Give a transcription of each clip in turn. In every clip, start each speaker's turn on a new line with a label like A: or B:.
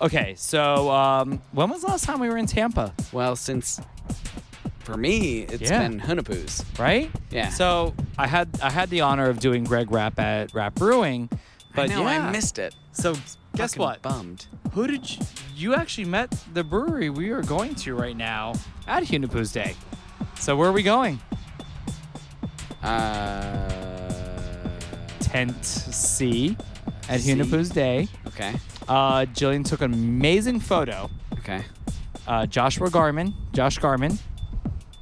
A: Okay, so um, when was the last time we were in Tampa?
B: Well, since for me, it's
A: Yeah.
B: been Hunapoo's.
A: Right?
B: Yeah.
A: So I had I had the honor of doing Greg Rap at Rap Brewing, but
B: I know,
A: yeah.
B: I missed it.
A: So guess
B: Fucking
A: what?
B: Bummed.
A: Who did you, you actually met the brewery we are going to right now at Hunapoo's Day? So where are we going?
B: Uh,
A: Tent C at
B: C.
A: Hunapoo's Day.
B: okay.
A: Uh, Jillian took an amazing photo.
B: Okay.
A: Uh, Joshua Garman, Josh Garman.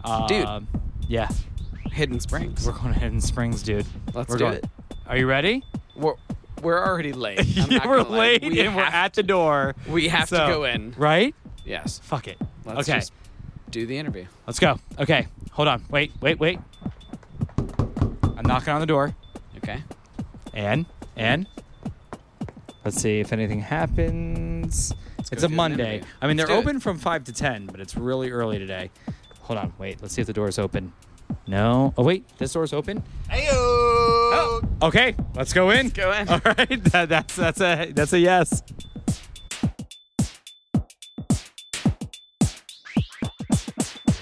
A: Uh,
B: Dude.
A: Yeah,
B: Hidden Springs.
A: we're going to Hidden Springs, dude.
B: Let's
A: We're
B: do
A: going-
B: it.
A: Are you ready?
B: We're, we're already late. I'm
A: Yeah,
B: not
A: we're
B: gonna lie.
A: late
B: We
A: and we're
B: have-
A: at the door.
B: we have to
A: So,
B: go in.
A: Right?
B: Yes.
A: Fuck it.
B: Let's
A: okay,
B: just do the interview.
A: let's go. Okay, hold on. Wait, wait, wait. I'm knocking on the door.
B: Okay.
A: And, and. Let's see if anything happens.
B: Let's
A: it's
B: go
A: a
B: do an
A: Monday.
B: interview.
A: I mean,
B: Let's
A: they're
B: do it.
A: open from 5 to 10, but it's really early today. Hold on. Wait, let's see if the door's open. No. Oh, wait. This door's open?
B: Heyo.
A: Okay, let's go in.
B: go in.
A: All right, that, that's that's a that's a yes.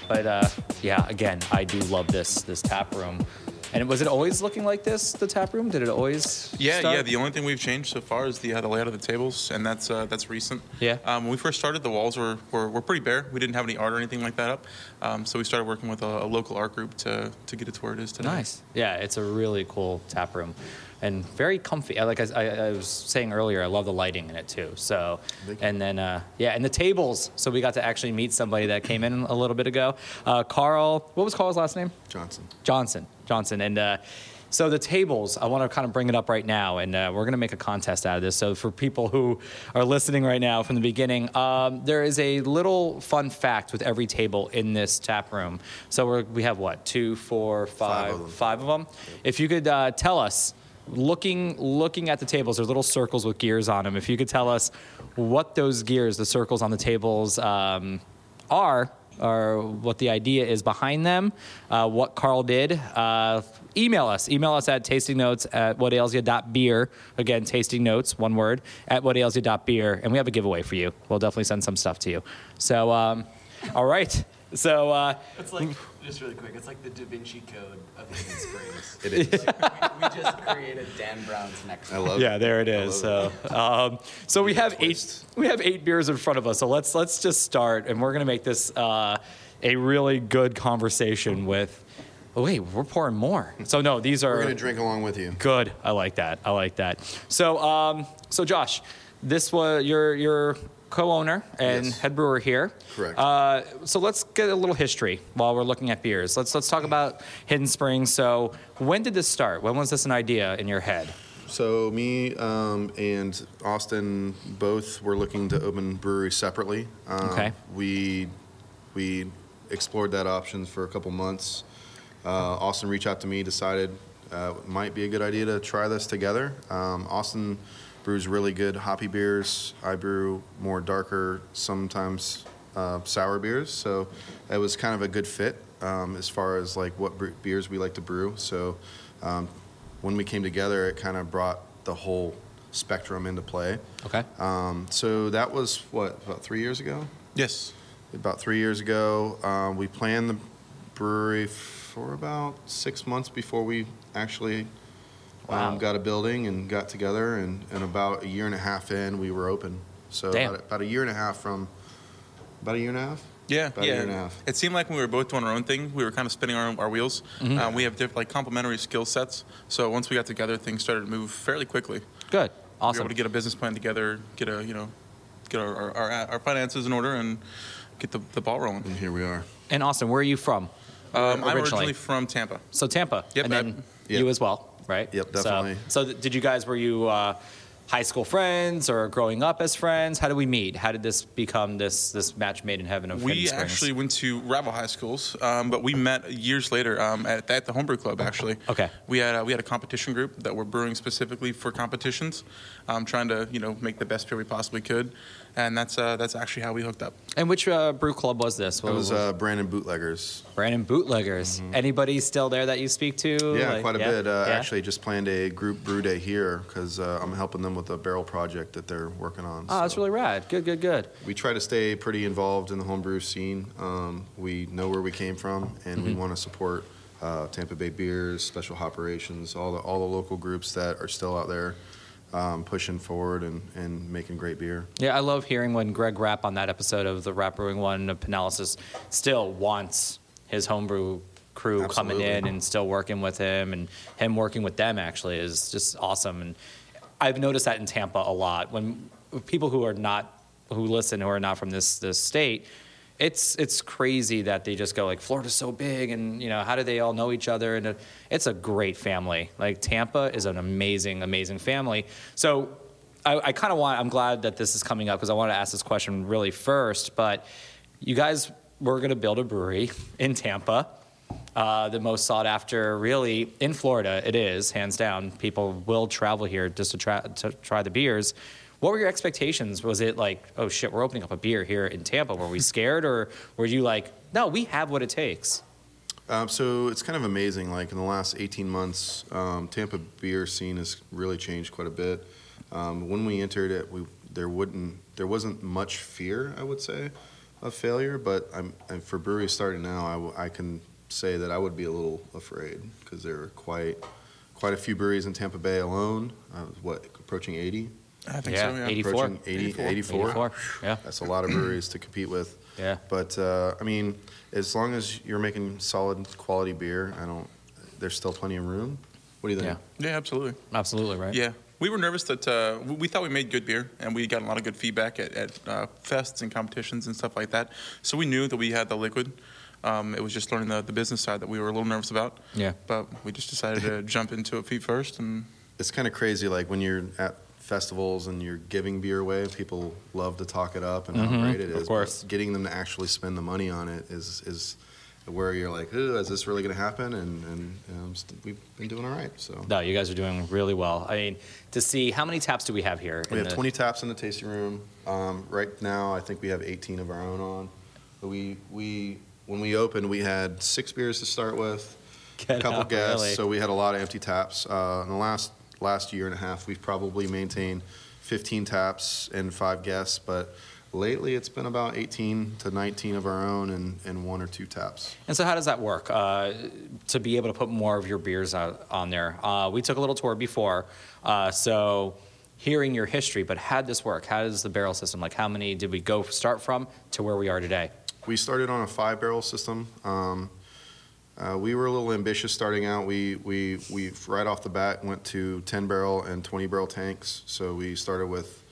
A: But uh, yeah, again, I do love this this tap room. And was it always looking like this? The tap room? Did it always?
C: Yeah,
A: start?
C: yeah. The only thing we've changed so far is the uh, the layout of the tables, and that's uh, that's recent.
A: Yeah.
C: Um, when we first started, the walls were, were were pretty bare. We didn't have any art or anything like that up. Um, so we started working with a, a local art group to to get it to where it is today.
A: Nice. Yeah, it's a really cool tap room, and very comfy. Uh, Like I, I, I was saying earlier, I love the lighting in it too. So, and then uh, yeah, and the tables. So we got to actually meet somebody that came in a little bit ago. Uh, Carl, what was Carl's last name?
D: Johnson.
A: Johnson. Johnson. And uh, so the tables, I want to kind of bring it up right now, and uh, we're going to make a contest out of this. So for people who are listening right now from the beginning, um, there is a little fun fact with every table in this tap room. So we're, we have what two, four, five,
D: Five
A: five
D: of them.
A: of them. If you could uh, tell us. Looking, looking at the tables, there's little circles with gears on them. If you could tell us what those gears, the circles on the tables, um, are or what the idea is behind them, uh, what Carl did, uh, email us. Email us at tastingnotes at whatailsia.beer. Again, tasting notes, one word, at whatailsia.beer. And we have a giveaway for you. We'll definitely send some stuff to you. So, um, all right. So, uh,
E: It's like just really quick. It's like the Da Vinci Code of Hidden Springs. it is. we, we just created Dan Brown's next.
D: I love
A: yeah,
D: it.
A: there it
D: I
A: is.
D: love
A: So, um, so we have eight
D: twist.
A: we have eight beers in front of us. So let's let's just start, and we're gonna make this uh, a really good conversation with. Oh wait, we're pouring more. So no, these are
D: We're going to drink along with you.
A: Good. I like that. I like that. So, um, so Josh, this was your your co-owner and
D: Yes.
A: head brewer here.
D: Correct.
A: Uh, so let's get a little history while we're looking at beers. Let's let's talk about Hidden Springs. So, when did this start? When was this an idea in your head?
D: So me um, and Austin both were looking to open breweries separately. Um,
A: Okay.
D: We we explored that option for a couple months. Uh, Austin reached out to me, decided uh, it might be a good idea to try this together. Um, Austin brews really good hoppy beers. I brew more darker, sometimes uh, sour beers. So it was kind of a good fit um, as far as like what bre- beers we like to brew. So um, when we came together, it kind of brought the whole spectrum into play.
A: Okay.
D: Um, so that was what about three years ago?
C: Yes.
D: about three years ago. Um, we planned the brewery for about six months before we actually
A: Wow.
D: um, got a building and got together. And, and about a year and a half in, we were open. So
A: Damn.
D: about, about a year and a half from about a year and a half.
C: Yeah,
D: About a
C: yeah.
D: year and a half.
C: It seemed like when we were both doing our own thing, we were kind of spinning our, our wheels.
A: Mm-hmm.
C: Um, we have diff- like complementary skill sets, so once we got together, things started to move fairly quickly.
A: Good.
C: We
A: Awesome.
C: were able to get a business plan together, get a you know, get our our, our, our finances in order, and get the, the ball rolling.
D: And here we are.
A: and Austin, where are you from?
C: Um, I'm
A: Originally.
C: originally from Tampa.
A: So Tampa.
C: Yep,
A: And then
D: I-
A: you
D: yep.
A: as well, right?
D: Yep,
A: So-
D: definitely.
A: So, th- did you guys were you uh, high school friends or growing up as friends? How did we meet? How did this become this this match made in heaven of Hidden
C: We
A: Springs?
C: actually went to rival high schools, um, but we met years later um, at, at the homebrew club. Actually,
A: Okay.
C: we had uh, we had a competition group that were brewing specifically for competitions, um, trying to you know make the best beer we possibly could, and that's uh, that's actually how we hooked up.
A: And which uh, brew club was this?
D: That
A: What
D: was uh, Brandon Bootleggers.
A: Brandon Bootleggers. Anybody still there that you speak to?
D: Yeah,
A: Like-
D: quite a
A: yeah,
D: bit. Uh,
A: yeah.
D: Actually, just planned a group brew day here because uh, I'm helping them with a barrel project that they're working on.
A: Oh, that's
D: so-
A: really rad. Good, good, good.
D: we try to stay pretty involved in the homebrew scene. Um, we know where we came from, and we
A: Mm-hmm.
D: want to support uh, Tampa Bay beers, special operations, all the all the local groups that are still out there um, pushing forward and, and making great beer.
A: Yeah, I love hearing when Greg Rapp on that episode of the Rap Brewing One of Panalysis still wants his homebrew crew coming in
D: Absolutely.
A: and still working with him and him working with them actually is just awesome. And I've noticed that in Tampa a lot when people who are not who listen who are not from this this state. It's it's crazy that they just go like Florida's so big and you know how do they all know each other and uh, it's a great family like Tampa is an amazing amazing family so I, I kind of want. I'm glad that this is coming up because I wanted to ask this question really first. But you guys were going to build a brewery in Tampa, uh, the most sought after, really in Florida. It is hands down. People will travel here just to try to try the beers. What were your expectations? Was it like, oh shit, we're opening up a beer here in Tampa? Were we scared, or were you like, no, we have what it takes?
D: Um, so it's kind of amazing. Like in the last 18 months, um, Tampa beer scene has really changed quite a bit. Um, when we entered it, we there wouldn't there wasn't much fear, I would say, of failure. But I'm, and for breweries starting now, I w- I can say that I would be a little afraid because there are quite quite a few breweries in Tampa Bay alone. Uh, what approaching 80?
C: I think so. Yeah.
A: 84.
D: Approaching 80,
C: 84.
D: 84.
A: 84. Yeah.
D: That's a lot of breweries to compete with.
A: Yeah.
D: But uh, I mean, as long as you're making solid quality beer, I don't. There's still plenty of room. What do you think?
C: Yeah, absolutely.
A: Absolutely, right?
C: Yeah. We were nervous that uh, we- we thought we made good beer, and we got a lot of good feedback at, at uh, fests and competitions and stuff like that. So we knew that we had the liquid. Um, it was just learning the, the business side that we were a little nervous about.
A: Yeah.
C: But we just decided to jump into it feet first, and
D: It's kind of crazy. Like when you're at festivals and you're giving beer away, people love to talk it up and how great it
A: Mm-hmm. of
D: is. but
A: course.
D: getting them to actually spend the money on it is is where you're like, Ooh, is this really going to happen? And and um, st- we've been doing all right. So
A: No, you guys are doing really well. I mean, to see how many taps do we have here?
D: We
A: in
D: have
A: the-
D: 20 taps in the tasting room. Um, right now, I think we have 18 of our own on. But we we when we opened, we had six beers to start with,
A: Get
D: a couple
A: out,
D: guests,
A: really.
D: so we had a lot of empty taps. Uh, in the last last year and a half, we've probably maintained 15 taps and five guests, but. Lately, it's been about 18 to 19 of our own and, and one or two taps.
A: And so, how does that work uh, to be able to put more of your beers out, on there? Uh, we took a little tour before, uh, so hearing your history, but how did this work? How does the barrel system? Like, how many did we go start from to where we are today?
D: We started on a five barrel system. Um, uh, we were a little ambitious starting out. We, we, we right off the bat went to 10 barrel and 20 barrel tanks. So we started with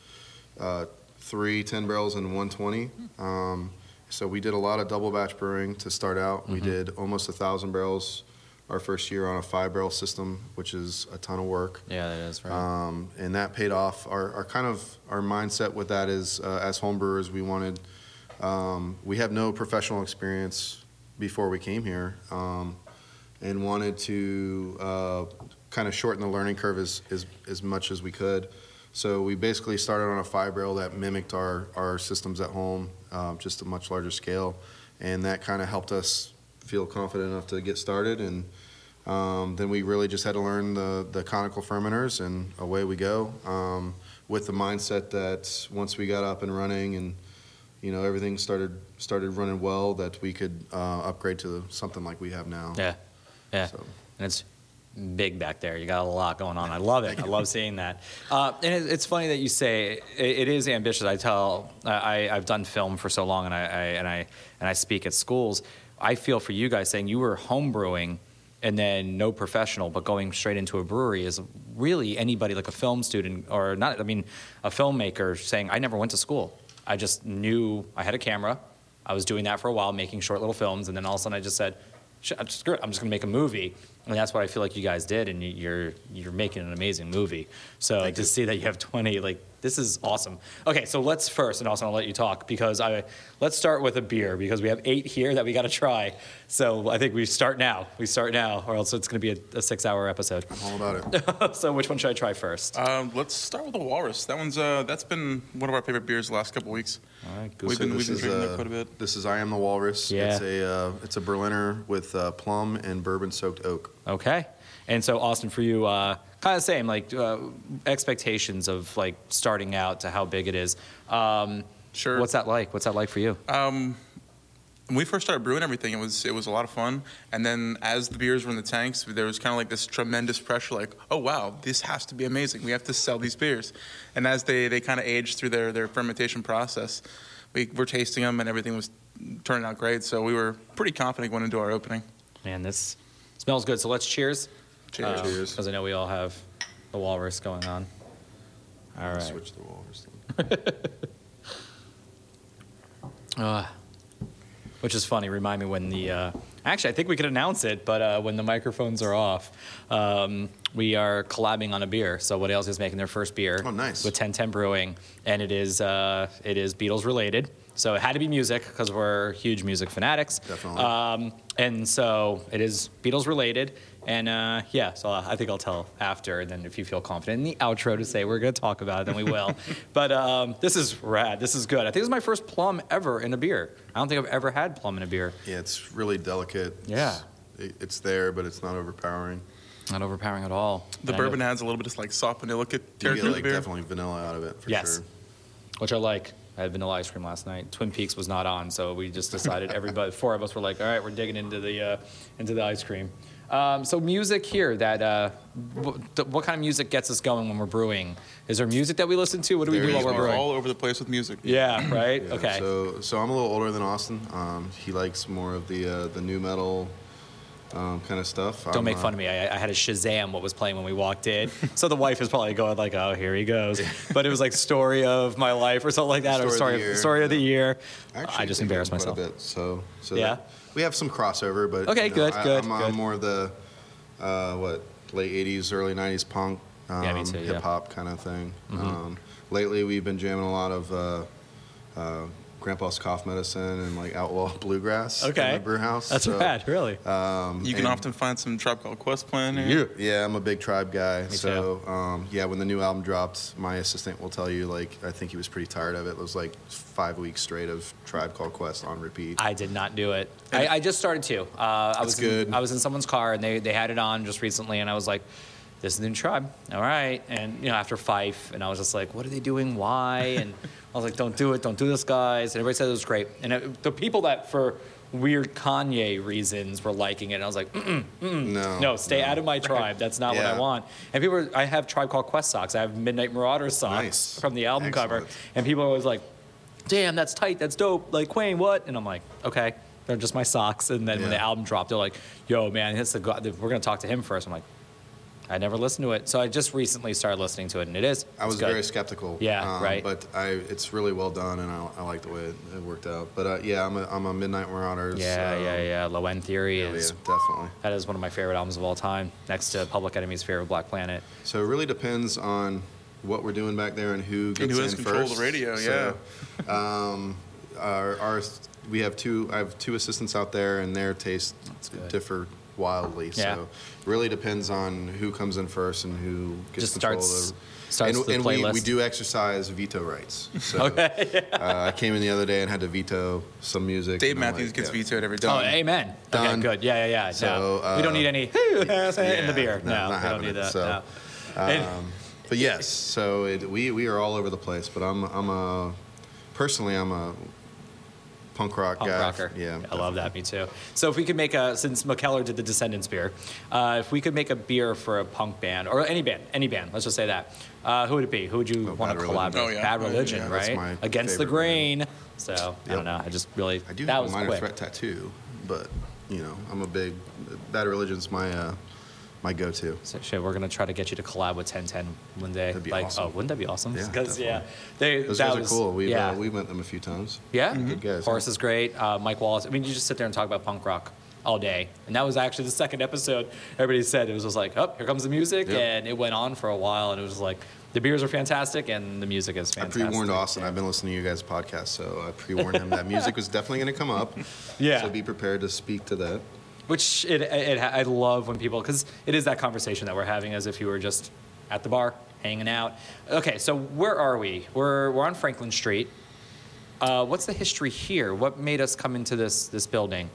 D: uh, three 10 barrels and 120. Um, so we did a lot of double batch brewing to start out. We did almost a 1,000 barrels our first year on a five barrel system, which is a ton of work
A: Yeah, that is right.
D: um, and that paid off. Our, our kind of our mindset with that is, uh, as homebrewers, we wanted um, we have no professional experience before we came here, um, and wanted to uh, kind of shorten the learning curve as, as as much as we could. So we basically started on a five barrel that mimicked our our systems at home, um, just a much larger scale, and that kind of helped us feel confident enough to get started and. Um, then we really just had to learn the, the conical fermenters, and away we go. Um, with the mindset that once we got up and running, and you know everything started started running well, that we could uh, upgrade to something like we have now.
A: yeah, yeah.
D: So.
A: and it's big back there. You got a lot going on. I love it. I love seeing that. Uh, and it, it's funny that you say it, it is ambitious. I tell I, I- I've done film for so long, and I, I and I and I speak at schools. I feel for you guys saying you were homebrewing and then no professional, but going straight into a brewery is really anybody like a film student or not. I mean, a filmmaker saying I never went to school. I just knew I had a camera. I was doing that for a while, making short little films, and then all of a sudden I just said, "Sh- "Screw it! I'm just going to make a movie." And that's what I feel like you guys did, and you- you're you're making an amazing movie. So to see that you have 20, like this is awesome. Okay, so let's first, and also I'll let you talk because I let's start with a beer because we have eight here that we got to try. So I think we start now. We start now, or else it's going to be a, a six-hour episode.
D: all about it.
A: so which one should I try first?
C: um, let's start with the Walrus. That one's uh, that's been one of our favorite beers the last couple weeks.
A: All right,
C: We've
D: So
C: been, we've
D: this
C: been
D: is,
C: drinking
D: uh,
C: it quite a bit.
D: This is I am the walrus.
A: Yeah.
D: It's a uh, it's a Berliner with uh, plum and bourbon soaked oak.
A: Okay. And so, Austin, for you, uh, kind of same, like uh, expectations of like starting out to how big it is. Um,
C: Sure.
A: What's that like? What's that like for you?
C: when we first started brewing everything, it was it was a lot of fun. And then as the beers were in the tanks, there was kind of like this tremendous pressure, like, oh wow, this has to be amazing. We have to sell these beers. And as they, they kind of aged through their, their fermentation process, we were tasting them and everything was turning out great. So we were pretty confident going into our opening.
A: Man, this smells good. So let's cheers.
D: Cheers. Cheers.
A: Because I know we all have the walrus going on. All right.
D: Switch the walrus thing.
A: Which is funny. Remind me when the. Uh, actually, I think we could announce it, but uh, when the microphones are off, um, we are collabing on a beer. So What Else is making their first beer.
D: Oh, nice.
A: With 1010 Brewing, and it is uh, it is Beatles related. So it had to be music because we're huge music fanatics.
D: Definitely.
C: Uh,
A: Um, and so it is Beatles related. And uh, yeah, so I think I'll tell after. And then if you feel confident in the outro to say we're going to talk about it, then we will. but um, this is rad. This is good. I think this is my first plum ever in a beer. I don't think I've ever had plum in a beer.
D: Yeah, it's really delicate.
A: Yeah.
D: It's, it, it's there, but it's not overpowering.
A: Not overpowering at all.
C: The
A: And I
C: bourbon
A: know-
C: adds a little bit of like soft vanilla ca-
D: You get
C: character to the
D: like
C: beer.
D: definitely vanilla out of it for
A: Yes.
D: sure.
A: which I like. I had vanilla ice cream last night. Twin Peaks was not on, so we just decided everybody, four of us were like, all right, we're digging into the uh, into the ice cream. Um, so music here that uh, w- th- what kind of music gets us going when we're brewing? Is there music that we listen to? What do we
D: There
A: do
D: is
A: while we're
D: music.
A: brewing?
C: all over the place with music.
A: yeah, right.
D: Yeah,
A: okay.
D: So, so I'm a little older than Austin. Um, he likes more of the uh, the new metal um, kind of stuff.
A: Don't make fun of me. I, I had a Shazam what was playing when we walked in. so the wife is probably going like, "Oh, here he goes." But it was like story of my life or something like that, or story
D: Story of the year,
A: story of the year. I just
D: think
A: embarrassed
D: quite a
A: myself.
D: bit, so, so
A: Yeah?
D: that- we have some crossover, but
A: Okay,
D: you know,
A: good,
D: I,
A: good,
D: I'm on
A: good.
D: more of the uh, what late '80s, early '90s punk, um,
A: Yeah, me too, yeah. Mm-hmm.
D: hip hop kind of thing. Um, lately, we've been jamming a lot of. Uh, uh, Grandpa's cough medicine and like outlaw bluegrass in
A: Okay.
D: the brew house.
A: That's
D: so,
A: bad, really.
D: Um,
C: You can
D: and-
C: often find some Tribe Called Quest playing.
D: Yeah.
C: here.
D: I'm a big Tribe guy.
A: Me
D: so, um, yeah, when the new album dropped, my assistant will tell you, like, I think he was pretty tired of it. It was like five weeks straight of Tribe Called Quest on repeat.
A: I did not do it. I, I just started to. Uh, I was
D: good.
A: In, I was in someone's car and they, they had it on just recently, and I was like, "This is the new tribe." All right, and you know after Fife, and I was just like, "What are they doing? Why?" And I was like, "Don't do it! Don't do this, guys!" And everybody said it was great, and it, the people that for weird Kanye reasons were liking it, and I was like, Mm-mm,
D: no.
A: Mm. "No, stay out of my tribe. That's not what
D: Oh, Yeah.
A: I want." And people, were, I have Tribe Called Quest socks. I have Midnight Marauder socks
D: Nice.
A: from the album cover,
D: Excellent.
A: and people are always like damn, that's tight, that's dope. Like, Quayne, what? And I'm like, okay, they're just my socks. And then when
D: Yeah.
A: the album dropped, they're like, yo, man, that's the guy. We're gonna talk to him first. I'm like, I never listened to it, so I just recently started listening to it, and it is.
D: I
A: it's
D: was
A: good.
D: very skeptical. Um,
A: Yeah, right.
D: But I, it's really well done, and I, I like the way it, it worked out. But uh, yeah, I'm a, I'm a Midnight Marauders.
A: Yeah,
D: um,
A: yeah, yeah. Low End Theory
D: hell yeah,
A: is.
D: definitely.
A: That is one of my favorite albums of all time, next to Public Enemy's favorite Black Planet.
D: So it really depends on what we're doing back there and who gets
C: who
D: in
C: has control of
D: first.
C: the radio,
D: So, um, our, our we have two. I have two assistants out there, and their tastes
A: good.
D: differ wildly.
A: Yeah.
D: So really depends on who comes in first and who gets
A: Just
D: control
A: starts-
D: of the.
A: starts
D: and
A: the
D: and We, we
A: playlist.
D: do exercise veto rights. So uh, I came in the other day and had to veto some music.
C: Dave
D: and I'm
C: Matthews
D: like,
C: gets
D: yeah.
C: vetoed every
A: Oh,
C: time.
A: amen.
D: Done.
A: Okay, good. Yeah, yeah, yeah.
D: So,
A: no. we don't
D: uh,
A: need any in the beer.
D: no,
A: No,
D: not
A: we don't
D: happening,
A: need that.
D: so,
A: no. And-
D: But yes, so it, we we are all over the place. But I'm I'm a personally I'm a punk rock
A: punk
D: guy.
A: rocker.
D: Yeah,
A: I love that. Me too. So if we could make a since McKellar did the Descendants beer, uh, if we could make a beer for a punk band or any band, any band, let's just say that, uh, who would it be? Who would you
D: Oh,
A: want
D: Bad
A: to
D: Religion.
A: collaborate?
C: Oh, yeah.
A: Bad
C: Oh, yeah,
A: Religion,
D: yeah, that's
A: right?
D: my
A: Against the
D: favorite
A: grain. So I
D: Yep.
A: don't know. I just really
D: I do
A: that
D: have
A: was
D: a minor
A: quick.
D: threat tattoo, but you know I'm a big Bad Religion's my uh, my go-to.
A: So, shit, we're gonna try to get you to collab with 1010 one day.
D: That'd be
A: like,
D: awesome.
A: oh, wouldn't that be awesome?
D: Yeah,
A: Because yeah,
D: definitely.
A: they
D: Those
A: that
D: guys
A: was
D: are cool. We've
A: yeah.
D: uh, we've met them a few times.
A: Yeah, Mm-hmm.
D: Good guys,
A: Horace
D: yeah.
A: is great. Uh, Mike Wallace. I mean, you just sit there and talk about punk rock all day, and that was actually the second episode. Everybody said it was just like, oh, here comes the music,
D: Yep.
A: and it went on for a while, and it was just like the beers are fantastic and the music is
D: I
A: fantastic.
D: pre-warned Austin. I've been listening to you guys' podcast, so I pre-warned him that music was definitely going to come up.
A: Yeah.
D: So be prepared to speak to that.
A: Which it, it I love when people because it is that conversation that we're having as if you were just at the bar hanging out. Okay, so where are we? We're we're on Franklin Street. Uh, what's the history here? What made us come into this this building?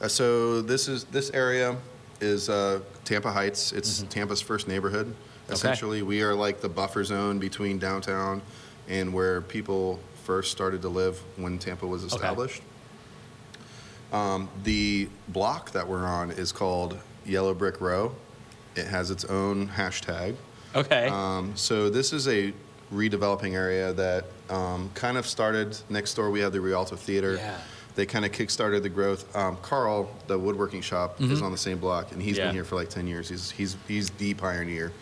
D: Uh, so this is this area is uh, Tampa Heights. It's Tampa's first neighborhood. Essentially, we are like the buffer zone between downtown and where people first started to live when Tampa was established. Um, the block that we're on is called Yellow Brick Row. It has its own hashtag.
A: Okay.
D: Um, so this is a redeveloping area that um, kind of started next door. We have the Rialto Theater.
A: Yeah.
D: They kind of kickstarted the growth. Um, Carl, the woodworking shop, is on the same block, and he's
A: Mm-hmm. Yeah.
D: been here for like ten years. He's he's he's the pioneer.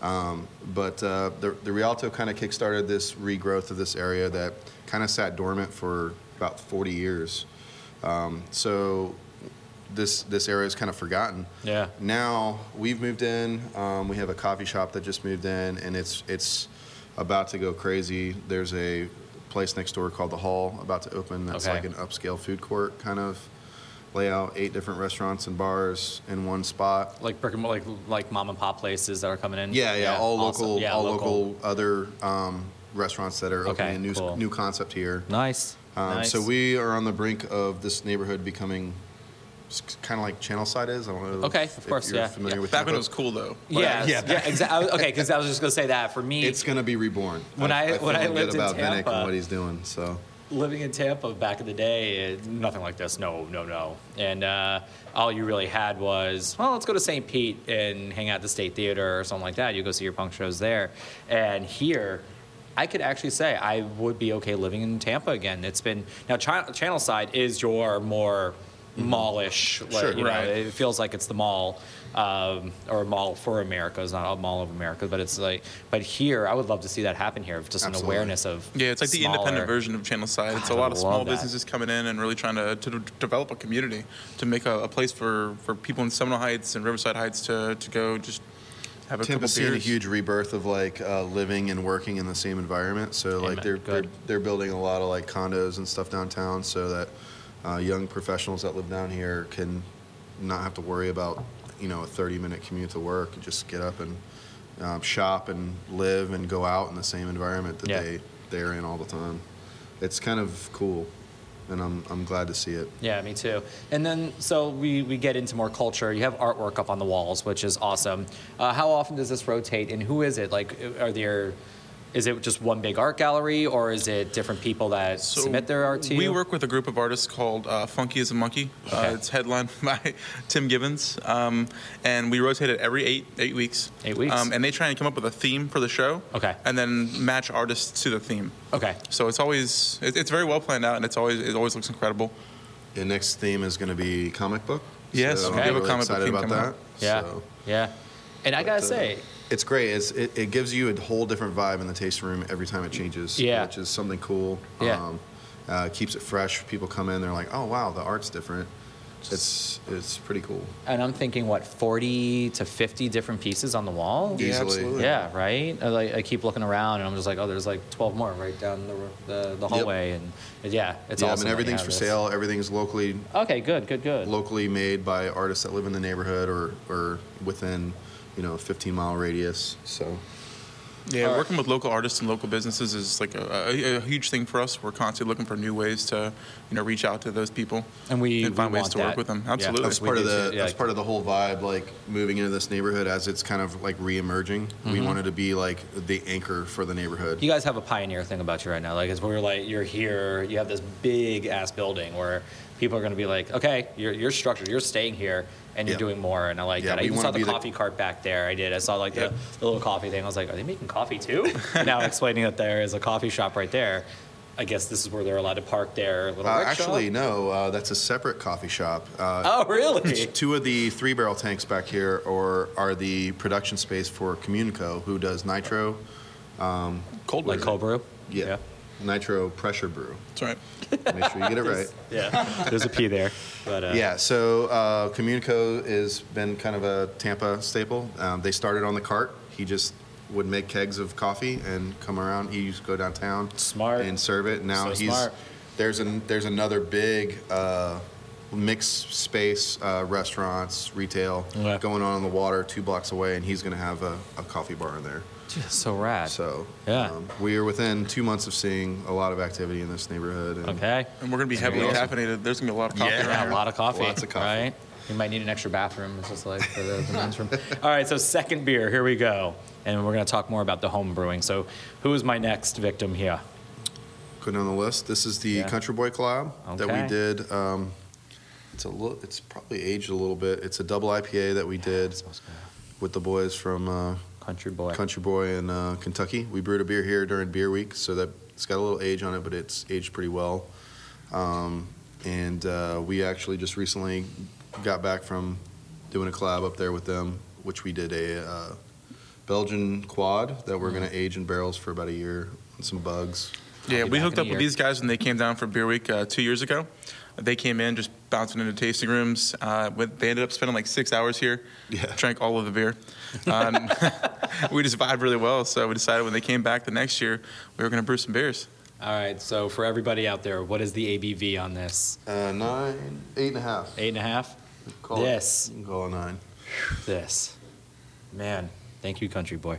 D: Um, but uh, the the Rialto kind of kickstarted this regrowth of this area that kind of sat dormant for about forty years. Um, so this this area is kind of forgotten.
A: Yeah.
D: Now we've moved in. Um, we have a coffee shop that just moved in, and it's it's about to go crazy. There's a place next door called the Hall about to open. That's
A: Okay.
D: like an upscale food court kind of layout. Eight different restaurants and bars in one spot.
A: like brick and like like mom and pop places that are coming in.
D: Yeah, yeah. all
A: awesome.
D: local,
A: Yeah,
D: all local, other um, restaurants that are
A: Okay,
D: opening. New
A: cool.
D: new concept here.
A: Nice.
D: Um,
A: nice.
D: So we are on the brink of this neighborhood becoming kind of like Channelside is. I don't know.
A: Okay,
D: if,
A: of course,
D: if you're
A: yeah.
D: Familiar
A: Yeah.
D: with
C: Back when
D: Tampa.
C: it was cool though.
A: Yeah,
D: Yeah,
A: yeah, exactly. Okay, because I was just gonna say that for me,
D: It's going to be reborn.
A: When I-
D: feel
A: when I
D: good
A: lived in
D: about Vinnick
A: Tampa-
D: and what he's doing. So
A: living in Tampa back in the day, it, nothing like this. No, no, no. And uh, all you really had was, well, let's go to St. Pete and hang out at the State Theater or something like that. You go see your punk shows there. And here, I could actually say I would be okay living in Tampa again. It's been now Ch- Channel Side is your more mallish, like,
D: Sure.
A: you know,
C: Mm-hmm. Right.
A: it feels like it's the mall um, or a mall for America. It's not a mall of America, but it's like, but here I would love to see that happen here, just an
D: Absolutely.
A: awareness of
C: Yeah, it's like the
A: smaller-
C: independent version of Channel Side. it's
A: God,
C: a
A: I
C: lot of small
A: love that.
C: businesses coming in and really trying to, to d- develop a community, to make a, a place for, for people in Seminole Heights and Riverside Heights to, to go just have a
D: Tampa's
C: couple
D: seeing a
C: beers.
D: huge rebirth of like uh, living and working in the same environment. So like
A: Amen.
D: they're,
A: Go
D: they're
A: ahead.
D: they're building a lot of like condos and stuff downtown, so that uh, young professionals that live down here can not have to worry about you know a 30 minute commute to work and just get up and um, shop and live and go out in the same environment that
A: Yeah.
D: they they're in all the time. It's kind of cool, and I'm I'm glad to see it.
A: Yeah, me too. And then, so we, we get into more culture. You have artwork up on the walls, which is awesome. Uh, how often does this rotate, and who is it? Like, are there, is it just one big art gallery, or is it different people that
C: So
A: submit their art to
C: We
A: you?
C: work with a group of artists called uh, Funky as a Monkey.
A: Okay.
C: Uh, it's headlined by Tim Gibbons, um, and we rotate it every eight eight weeks.
A: Eight weeks.
C: Um, and they try and come up with a theme for the show.
A: Okay.
C: And then match artists to the theme.
A: Okay.
C: So it's always it, it's very well planned out, and it's always it always looks incredible.
D: The next theme is going to be comic book.
C: Yes,
D: so
C: we have
D: I'm
C: a
D: really
C: comic book
D: excited
C: theme
D: about
C: coming
D: that.
C: up.
A: Yeah.
D: So-
A: Yeah. And I gotta
D: But, uh,
A: say,
D: it's great. It's, it, it gives you a whole different vibe in the tasting room every time it changes,
A: Yeah.
D: which is something cool.
A: Yeah.
D: uh, keeps it fresh. People come in, they're like, oh, wow, the art's different. It's, it's pretty cool.
A: and I'm thinking, what, 40 to 50 different pieces on the wall?
C: Yeah, absolutely.
A: Yeah, right. I, like, I keep looking around, and I'm just like, oh, there's like 12 more right down the ro- the, the hallway, and yeah, it's
D: yeah, I
A: awesome. that
D: mean,
A: you
D: everything's
A: have
D: for
A: this.
D: sale. Everything's locally
A: Okay, good, good, good.
D: locally made by artists that live in the neighborhood or, or within, you know, a 15 mile radius. So
C: Yeah,
A: Alright.
C: working with local artists and local businesses is like a, a, a huge thing for us. We're constantly looking for new ways to, you know, reach out to those people
A: And we-
C: and find
A: we
C: ways
A: want
C: to
A: that.
C: work with them.
A: Yeah.
C: Absolutely,
D: that's
A: we
D: part of
A: did
D: the
A: too, yeah,
D: that's
A: like-
D: part of the whole vibe like moving into this neighborhood as it's kind of like re-emerging we wanted to be like the anchor for the neighborhood
A: Mm-hmm. You guys have a pioneer thing about you right now. Like, it's where you're like, you're here, you have this big ass building where people are going to be like, okay, you're, you're structured, you're staying here, and you're
D: Yeah.
A: doing more. And I like
D: Yeah,
A: that. I
D: we
A: even
D: wanna
A: saw the
D: be the-
A: coffee cart back there. I did. I saw like the,
C: Yep.
A: the little coffee thing. I was like, are they making coffee too? now explaining that there is a coffee shop right there. I guess this is where they're allowed to park their little
D: Uh,
A: rickshaw.
D: actually, no. Uh, that's a separate coffee shop. Uh,
A: Oh, really?
D: Two of the three barrel tanks back here are, are the production space for Communico, who does nitro.
C: cold
A: like
C: weather.
A: cold brew?
D: Yeah. Nitro pressure brew.
C: That's right.
D: Make sure you get it right.
A: Yeah. Yeah. There's a P there. But uh,
D: Yeah, so uh, Communico has been kind of a Tampa staple. Um, they started on the cart. He just would make kegs of coffee and come around. He used to go downtown,
A: Smart.
D: and serve it. Now
A: So
D: he's
A: smart.
D: there's an there's another big uh, mixed space uh, restaurants retail
A: Yeah.
D: going on on the water two blocks away, and he's going to have a, a coffee bar in there.
A: Just so rad.
D: So um,
A: Yeah.
D: we are within two months of seeing a lot of activity in this neighborhood. And
A: okay.
C: And we're going to be
D: It's gonna
C: heavily
D: be awesome.
C: caffeinated. There's going to be a lot of coffee
D: Yeah.
C: around.
A: Yeah, a lot of coffee.
D: Lots of coffee.
A: Right?
F: You might need an extra bathroom. It's just like for the, the men's room.
A: All right, so second beer, here we go. And we're going to talk more about the home brewing. So, who is my next victim here?
D: Putting on the list. This is the
A: Yeah.
D: Country Boy collab that
A: Okay.
D: we did. Um, it's a little. It's probably aged a little bit. It's a double IPA that we did with the boys from uh,
A: Country Boy.
D: Country Boy in uh, Kentucky. We brewed a beer here during Beer Week, so that it's got a little age on it, but it's aged pretty well. Um, and uh, we actually just recently got back from doing a collab up there with them, which we did a uh, Belgian quad that we're going to age in barrels for about a year. and Some bugs.
C: Yeah,
F: be
C: we
F: back in
C: hooked
F: a
C: up with
F: year.
C: these guys when they came down for Beer Week uh, two years ago. They came in just bouncing into tasting rooms. Uh, with, they ended up spending like six hours here.
D: Yeah.
C: Drank all of the beer. Um, we just vibed really well, so we decided when they came back the next year, we were going to brew some beers.
A: All right, so for everybody out there, what is the ABV on this?
D: Uh, nine, eight and a half.
A: Eight and a half?
D: Call it-
A: Yes.
D: you can call it nine.
A: This. Man, thank you, Country Boy.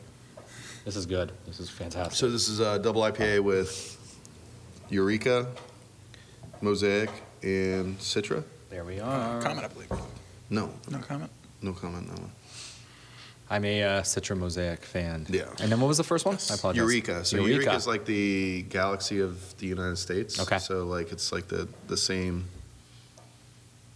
A: This is good. This is fantastic.
D: So this is a double IPA with Eureka, Mosaic, and Citra.
A: there we are.
C: Comment, I believe.
D: No,
C: No comment.
D: no comment on that one.
A: I'm a uh, Citra Mosaic fan.
D: Yeah.
A: And then what was the first one? I apologize.
D: Eureka. So
A: Oh, Eureka.
D: Eureka. is like the galaxy of the United States.
A: Okay.
D: So like it's like the the same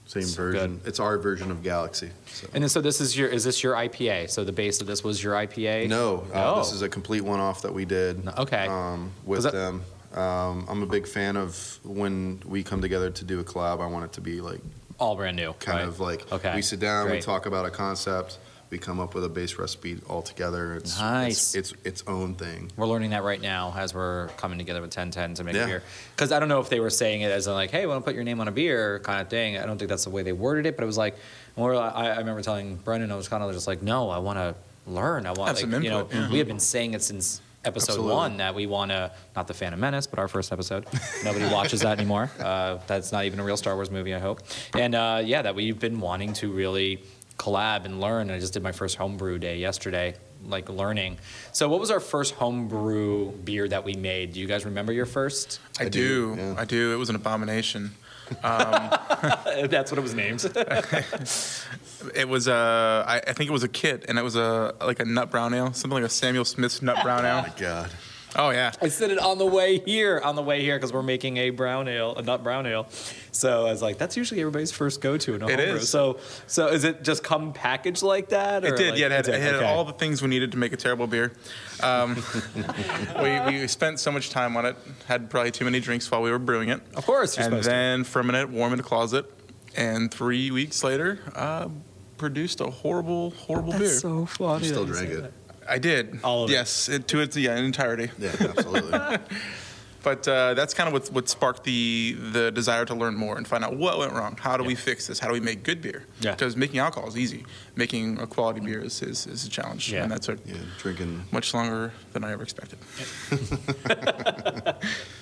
D: same
A: So
D: version. It's our version of galaxy. So.
A: and then, so this is your is this your IPA? So the base of this was your IPA?
D: No,
A: No.
D: Uh, this is a complete one-off that we did.
A: No, okay.
D: Um,
A: Was
D: with
A: that-
D: them, um, I'm a big fan of when we come together to do a collab. I want it to be like
A: all brand new.
D: kind
A: right?
D: of like
A: Okay,
D: we sit down, we
A: great.
D: talk about a concept, we come up with a base recipe all together. It's,
A: Nice.
D: It's, it's its own thing.
A: We're learning that right now as we're coming together with 1010 to make
D: Yeah.
A: beer. Because I don't know if they were saying it as in like, hey, want to put your name on a beer kind of thing. I don't think that's the way they worded it, but it was like, more. I, I remember telling Brendan, I was kind of just like, no, I want to learn. I want
C: Have
A: like,
C: some
A: you know,
C: input, yeah.
A: we have been saying it since episode
D: Absolutely.
A: one that we want to not the Phantom Menace, but our first episode. Nobody watches that anymore. Uh, that's not even a real Star Wars movie, I hope. And uh, yeah, that we've been wanting to really collab and learn. I just did my first homebrew day yesterday, like learning. So, what was our first homebrew beer that we made? Do you guys remember your first?
C: I,
D: I
C: do.
D: do, yeah.
C: I do. It was an abomination.
A: That's what it was named.
C: It was uh, I, I think it was a kit, and it was a like a nut brown ale, something like a Samuel Smith's nut brown ale.
D: My God.
C: Oh yeah.
A: I said it on the way here, on the way here, because we're making a brown ale, a nut brown ale. So I was like, that's usually everybody's first go-to in a
C: It
A: homebrew.
C: is.
A: So, so is it just come packaged like that?
C: It
A: or
C: did,
A: like-
C: yeah. It had, it had
A: okay.
C: all the things we needed to make a terrible beer. Um, we, we spent so much time on it, had probably too many drinks while we were brewing it.
A: Of course, you're
C: and
A: supposed to.
C: then fermented, it, warm in a closet, and three weeks later, uh, produced a horrible, horrible beer.
A: so funny.
D: You still
A: that you
D: drank
A: said
D: it.
C: I did.
A: All of it.
C: yes, it. to its yeah, in entirety.
D: Yeah, absolutely.
C: But uh, that's kind of what, what sparked the the desire to learn more and find out what went wrong. How do we fix this? How do we make good beer?
A: Yeah.
C: Because making alcohol is easy. Making a quality beer is, is, is a challenge.
A: Yeah.
C: And that's what
D: yeah, drinking.
C: much longer than I ever expected.
A: that.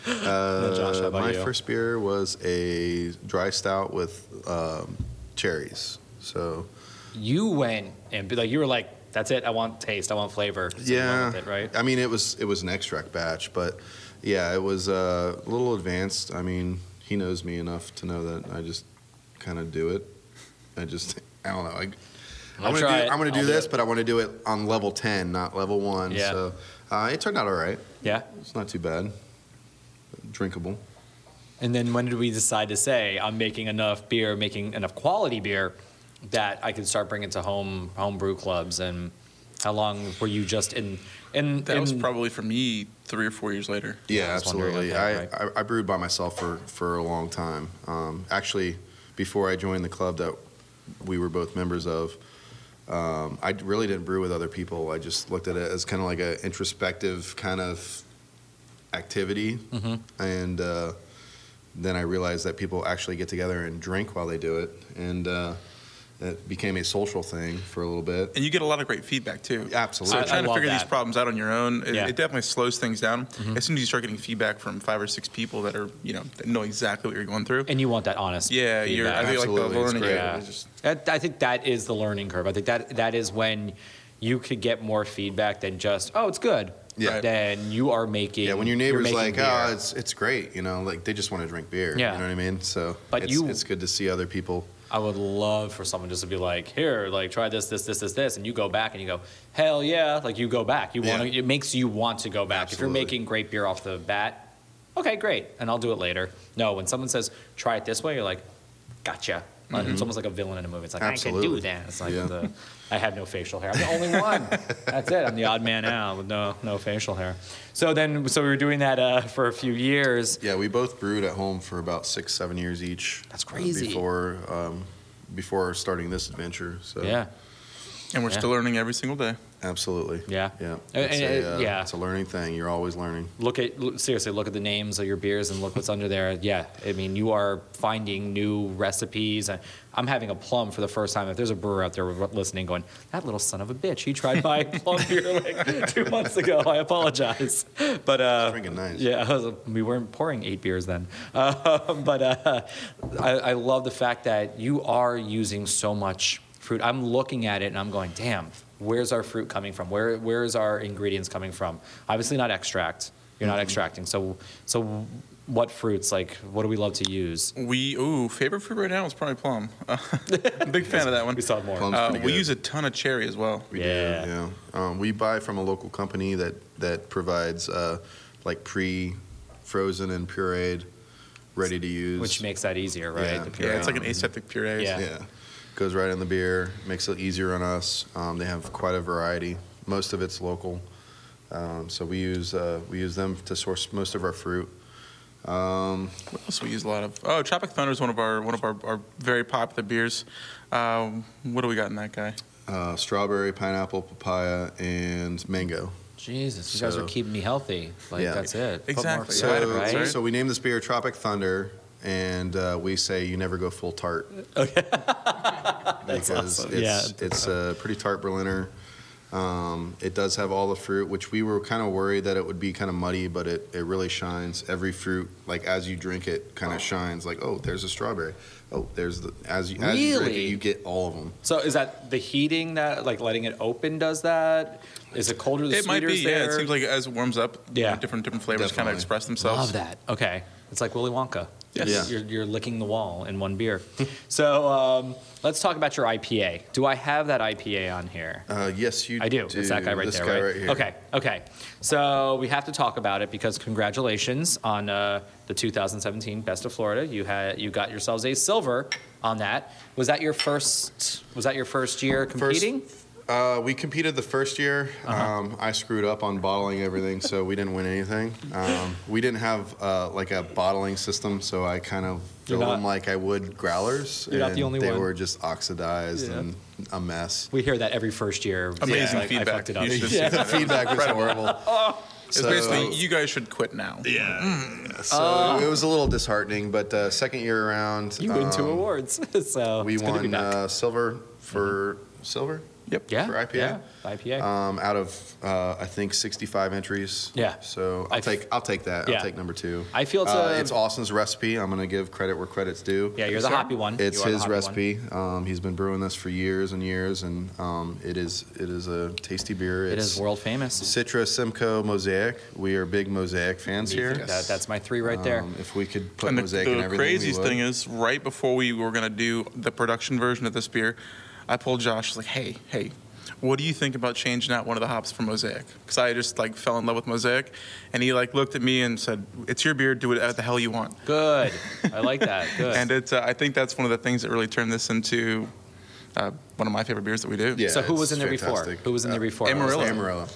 A: Josh, how
D: Uh,
A: about
D: my
A: you?
D: first beer was a dry stout with um, cherries. So
A: You went and be like, you were like, that's it. I want taste. I want flavor. So you went
D: yeah,
A: with it, right.
D: I mean, it was it was an extract batch, but yeah, it was uh, a little advanced. I mean, he knows me enough to know that I just kind of do it. I just I don't know. I,
A: I'll
D: I'm gonna, do,
A: try it.
D: I'm gonna
A: I'll
D: do
A: do
D: this,
A: it.
D: but I want to do it on level ten, not level one.
A: Yeah.
D: So uh, it turned out all right.
A: Yeah.
D: It's not too bad. Drinkable.
A: And then when did we decide to say I'm making enough beer, making enough quality beer that I can start bringing to home homebrew clubs? And how long were you just in? in
C: That
A: in,
C: was probably for me three or four years later.
D: Yeah,
A: I was wondering
D: absolutely.
A: about that,
D: I, I, I brewed by myself for, for a long time. Um, actually, before I joined the club that we were both members of, um, I d- really didn't brew with other people. I just looked at it as kind of like a introspective kind of activity.
A: Mm-hmm.
D: And uh, then I realized that people actually get together and drink while they do it. And uh, it became a social thing for a little bit.
C: And you get a lot of great feedback too. So
D: Absolutely.
A: I-
C: trying to
A: love
C: figure these
A: that.
C: problems out on your own, it,
A: Yeah. Mm-hmm.
C: it definitely slows things down. As soon as you start getting feedback from five or six people that are, you know, that know exactly what you're going through.
A: And you want that honest.
C: yeah, you're. I
A: feedback.
C: feel like
D: Absolutely,
C: the
D: it's
C: learning.
D: great.
C: Yeah.
A: Yeah.
C: it's just-
A: That- I think that is the learning curve. I think that that is when you could get more feedback than just, oh, it's good.
D: Yeah.
A: Then you are making.
D: Yeah, when your
A: you're
D: neighbor's
A: making
D: like,
A: beer.
D: oh, it's it's great, you know, like they just want to drink beer.
A: Yeah.
D: You know what I mean? So
A: But
D: it's,
A: you-
D: it's good to see other people
A: I would love for someone just to be like, here, like try this, this, this, this, this, and you go back and you go, hell yeah, like you go back. You want to.
D: Yeah.
A: It makes you want to go back. If
D: Absolutely.
A: you're making great beer off the bat, okay, great, and I'll do it later. No, when someone says try it this way, you're like, gotcha. Like, It's almost like a villain in a movie. It's like I can
D: Mm-hmm. Absolutely.
A: do that. It's like
D: Yeah.
A: the, I have no facial hair. I'm the only one. That's it. I'm the odd man out with no no facial hair. So then, so we were doing that uh, for a few years.
D: Yeah, we both brewed at home for about six, seven years each.
A: That's
D: uh,
A: crazy.
D: Before, um, before starting this adventure. So
A: Yeah.
C: And we're
A: Yeah.
C: still learning every single day.
D: absolutely.
A: Yeah.
D: yeah.
A: And-
D: It's
A: and-
D: a, uh,
A: yeah.
D: it's a learning thing. You're always learning.
A: look at look- seriously look at the names of your beers and look what's under there yeah i mean you are finding new recipes I- i'm having a plum for the first time if there's a brewer out there listening going that little son of a bitch he tried my plum beer like two months ago i apologize but uh
D: Drinking nice.
A: yeah, I was- we weren't pouring eight beers then. Uh, but uh, I, I love the fact that you are using so much fruit. I'm looking at it and I'm going, damn, where's our fruit coming from? Where where is our ingredients coming from? Obviously not extract. You're
D: Mm-hmm.
A: not extracting. So so what fruits? Like what do we love to use?
C: We ooh favorite fruit right now is probably plum. Uh, big fan of that one.
A: We saw more.
D: Plum.
C: Uh,
D: Pretty
C: we
D: good.
C: use a ton of cherry as well.
D: We
A: Yeah.
D: do. Yeah. Um, we buy from a local company that that provides uh, like pre-frozen and pureed, ready to use.
A: Which makes that easier, right?
D: Yeah.
A: The pure-
C: Yeah, it's like an aseptic puree.
A: Yeah.
D: yeah, goes right in the beer. Makes it easier on us. Um, they have quite a variety. Most of it's local. Um, so we use uh, we use them to source most of our fruit. Um,
C: What else we use a lot of? Oh, Tropic Thunder is one of our one of our, our very popular beers. Um, what do we got in that guy?
D: uh, strawberry, pineapple, papaya, and mango.
A: Oh, Jesus, you guys
D: So-
A: are keeping me healthy. Like
D: Yeah.
A: that's it. Put more
C: Exactly.
A: fruit,
D: So,
C: Vitamins, right?
D: so we named this beer Tropic Thunder, and uh, we say you never go full tart. because it's, it's a pretty tart Berliner. Um, it does have all the fruit, which we were kind of worried that it would be kind of muddy, but it, it really shines. Every fruit, like as you drink it, kind of shines. Like oh, there's a strawberry. Oh, there's the as you as you drink it,
A: Really?
D: you get all of them.
A: So is that the heating that like letting it open does that? Is it colder? The
C: it might be.
A: sweeter's There?
C: Yeah, it seems like as it warms up,
A: Yeah.
C: different different flavors kind
D: Definitely.
C: of express themselves.
A: love that. Okay, it's like Willy Wonka.
C: Yes.
D: Yeah.
A: You're, you're licking the wall in one beer. so um, let's talk about your IPA. Do I have that IPA on here?
D: Uh, yes, you.
A: I do. It's that guy right
D: this
A: there,
D: guy
A: right?
D: right here.
A: Okay, okay. So we have to talk about it because congratulations on uh, the 2017 Best of Florida. You had you got yourselves a silver on that. Was that your first? Was that your first year competing?
D: Uh, we competed the first year.
A: Uh-huh.
D: Um, I screwed up on bottling everything, so we didn't win anything. Um, we didn't have uh, like a bottling system, so I kind of
A: You're
D: filled them
A: not-
D: like I would growlers.
A: You're not the
D: and
A: only
D: they
A: one.
D: were just oxidized
A: Yeah.
D: and a mess.
A: We hear that every first year.
C: Amazing
A: Like,
C: feedback.
A: I fucked it up.
C: You should
A: Yeah.
C: see that.
D: Feedback was horrible.
C: Oh. It's basically you guys should quit now. Mm.
D: So it was a little disheartening, but uh, second year around,
A: Ah. You win two
D: um,
A: awards, so
D: We
A: it's good to be
D: won
A: back. Mm-hmm.
D: uh, silver for silver.
C: Yep.
A: yeah,
D: for IPA?
A: yeah, IPA.
D: Um, out of uh, I think 65 entries.
A: Yeah.
D: So I'll
A: I f-
D: take I'll take that.
A: Yeah.
D: I'll take number two.
A: I feel it's
D: uh,
A: a-
D: it's Austin's recipe. I'm gonna give credit where credit's due.
A: yeah, you're the hoppy one.
D: It's
A: You are the
D: his
A: hoppy one.
D: recipe. Um, he's been brewing this for years and years, and um, it is it is a tasty beer.
A: It
D: It's
A: is world famous.
D: Citra Simcoe Mosaic. We are big Mosaic fans here.
A: That, that's my three right there.
D: Um, if we could put
C: And the,
D: Mosaic in
C: the
D: everything,
C: craziest
D: we would.
C: thing is, right before we were gonna do the production version of this beer, I pulled Josh like, "Hey, hey, what do you think about changing out one of the hops for Mosaic?" Because I just like fell in love with Mosaic, and he like looked at me and said, "It's your beer. Do whatever the hell you want."
A: Good. I like that. Good.
C: And it's uh, I think that's one of the things that really turned this into uh, one of my favorite beers that we do.
D: Yeah,
A: so who was
D: it's
A: in there
D: fantastic.
A: before? Who was in there
D: Uh,
A: before?
C: Amarillo.
D: Amarillo.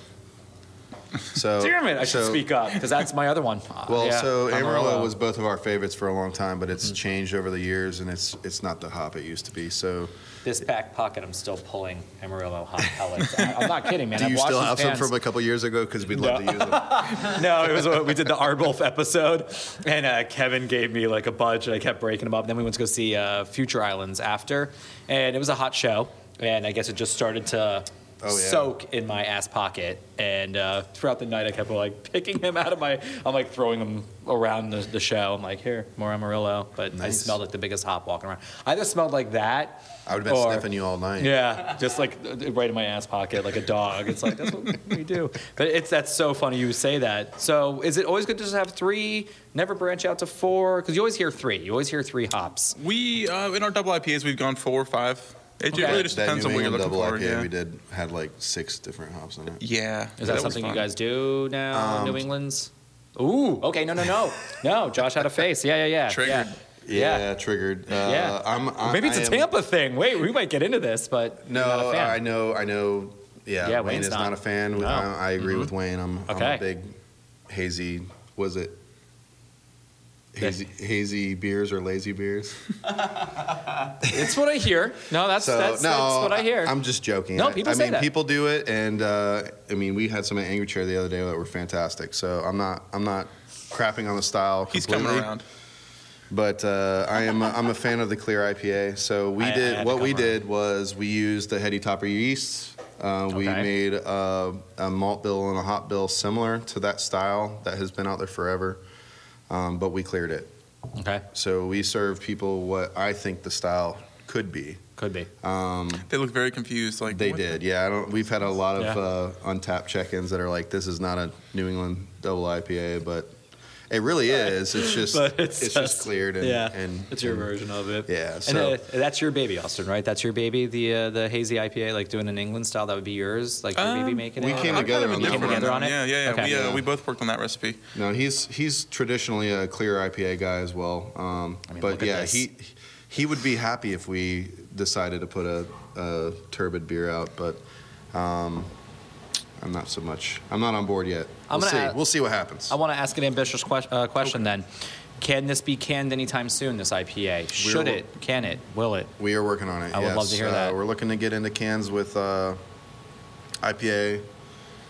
D: So
A: Damn it! I should
D: so-
A: speak up because that's my other one. Uh,
D: Well,
A: yeah,
D: so Amarillo was both of our favorites for a long time, but it's changed over the years, and it's it's not the hop it used to be. So,
A: this back pocket. I'm still pulling Amarillo hot pellets. I, am not kidding, man.
D: do
A: I've
D: you
A: washed
D: still
A: these
D: have some
A: pans.
D: from a couple years ago? Because we'd love
A: No.
D: to use them.
A: no, it was when we did the Arbolf episode, and uh, Kevin gave me like a bunch, and I kept breaking them up. Then we went to go see uh, Future Islands after, and it was a hot show, and I guess it just started to
D: Oh, yeah.
A: soak in my ass pocket. And uh, throughout the night, I kept like picking him out of my. I'm like throwing him around the, the show. I'm like, here, more Amarillo. But I
D: Nice.
A: smelled like the biggest hop walking around. I either smelled like that.
D: I would have been
A: or-
D: sniffing you all night.
A: yeah, just like uh, right in my ass pocket, like a dog. It's like that's what we do. But it's that's so funny you say that. So is it always good to just have three? Never branch out to four because you always hear three. You always hear three hops.
C: We uh, in our double IPAs we've gone four or five. It
A: Okay.
C: really just
D: that
C: depends
D: New
C: on what you're
D: England
C: looking
D: double
C: for.
D: IPA
C: yeah.
D: we did had like six different hops in it.
C: Yeah.
A: Is that,
C: was
A: something you
C: fun.
A: guys do now? in
D: Um,
A: New England's. Ooh. Okay. No. No. No. no. Josh had a face. Yeah. Yeah. Yeah.
C: Triggered.
A: Yeah.
D: Yeah,
A: Yeah.
D: triggered. Uh,
A: Yeah.
D: I'm, I,
A: Maybe it's
D: a
A: a Tampa thing. Wait, we might get into this, but you're not
D: No,
A: a fan.
D: I know, I know. Yeah,
A: Yeah,
D: Wayne
A: Wayne's
D: is
A: not.
D: not, a fan.
A: No. Mm-hmm.
D: I, I agree with Wayne. I'm, I'm
A: Okay.
D: a big hazy. Was it hazy, hazy beers or lazy beers?
A: It's what I hear. No, that's that's, that's what I hear.
D: I'm just joking.
A: No,
D: I-
A: people
D: I,
A: say
D: mean,
A: that.
D: people do it, and uh, I mean, we had some at Angry Chair the other day that were fantastic. So I'm not, I'm not crapping on the style.
C: He's
D: completely.
C: coming around.
D: But uh, I am I'm a fan of the clear IPA. So we
A: I- I had
D: did
A: to
D: what we
A: come around.
D: did was we used the heady topper yeast. Uh, We
A: Okay.
D: made a, a malt bill and a hop bill similar to that style that has been out there forever, um, but we cleared it.
A: okay.
D: So we serve people what I think the style could be.
A: Could be.
D: Um,
C: They look very confused. Like
D: they
C: what the-
D: did, yeah. I don't. We've had a lot of
A: Yeah.
D: uh, untapped check-ins that are like, "This is not a New England double IPA," but it really is. It's just
A: But
D: it's,
A: it's
D: just
A: just-
D: cleared and,
A: yeah,
D: and
A: it's your
D: and-
A: version of it.
D: Yeah,
A: and
D: so-
A: uh, that's your baby, Austin, right? That's your baby, the uh, the hazy IPA, like doing an England style. That would be yours, like your baby
C: Um,
A: making
D: we
A: it.
D: came
A: or-
C: I'm
D: together
C: kind of
D: on
C: indifferent
A: Came
D: that
A: together
C: that.
A: on it?
C: Yeah, yeah, yeah.
A: Okay.
C: We, uh,
D: Yeah.
C: we both worked on that recipe.
D: No, he's he's traditionally a clear IPA guy as well. Um,
A: I mean,
D: but
A: look at
D: yeah,
A: this.
D: he he would be happy if we decided to put a, a turbid beer out, but um, I'm not so much. I'm not on board yet.
A: I'm
D: we'll see.
A: gonna a-
D: we'll see what happens.
A: I want to ask an ambitious que- uh, question then. Can this be canned anytime soon? This IPA should
D: We're-
A: it? Can it? Will it?
D: we are working on it.
A: I would
D: yes.
A: love to hear
D: Uh,
A: that.
D: We're looking to get into cans with uh, IPA,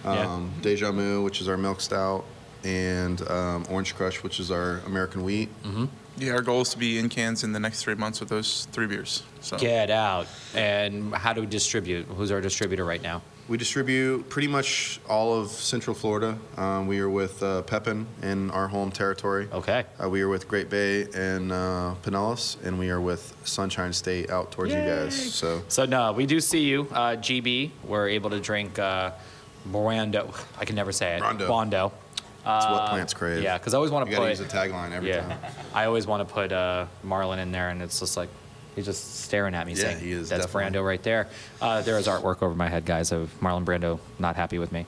A: Yeah.
D: um, Deja Mu, which is our milk stout, and um, Orange Crush, which is our American wheat.
C: Yeah, our goal is to be in cans in the next three months with those three beers.
D: Oh.
C: So
A: Get out. And how do we distribute? Who's our distributor right now?
D: We distribute pretty much all of Central Florida. Um, we are with uh, Pepin in our home territory.
A: Okay.
D: Uh, we are with Great Bay and uh, Pinellas, and we are with Sunshine State out towards you guys. So
A: So no, we do see you, uh, GB. We're able to drink uh, Brando. I can never say it.
D: Brando.
A: Bondo.
D: it's what plants crave.
A: Uh, Yeah, because I always want
D: you
A: to
D: got to use a
A: put.
D: tagline every
A: Yeah,
D: time.
A: I always want to put uh, Marlin in there, and it's just like he's just staring at me,
D: Yeah,
A: saying,
D: he is
A: "That's
D: definitely.
A: Brando right there." Uh, there is artwork over my head, guys, of Marlon Brando not happy with me.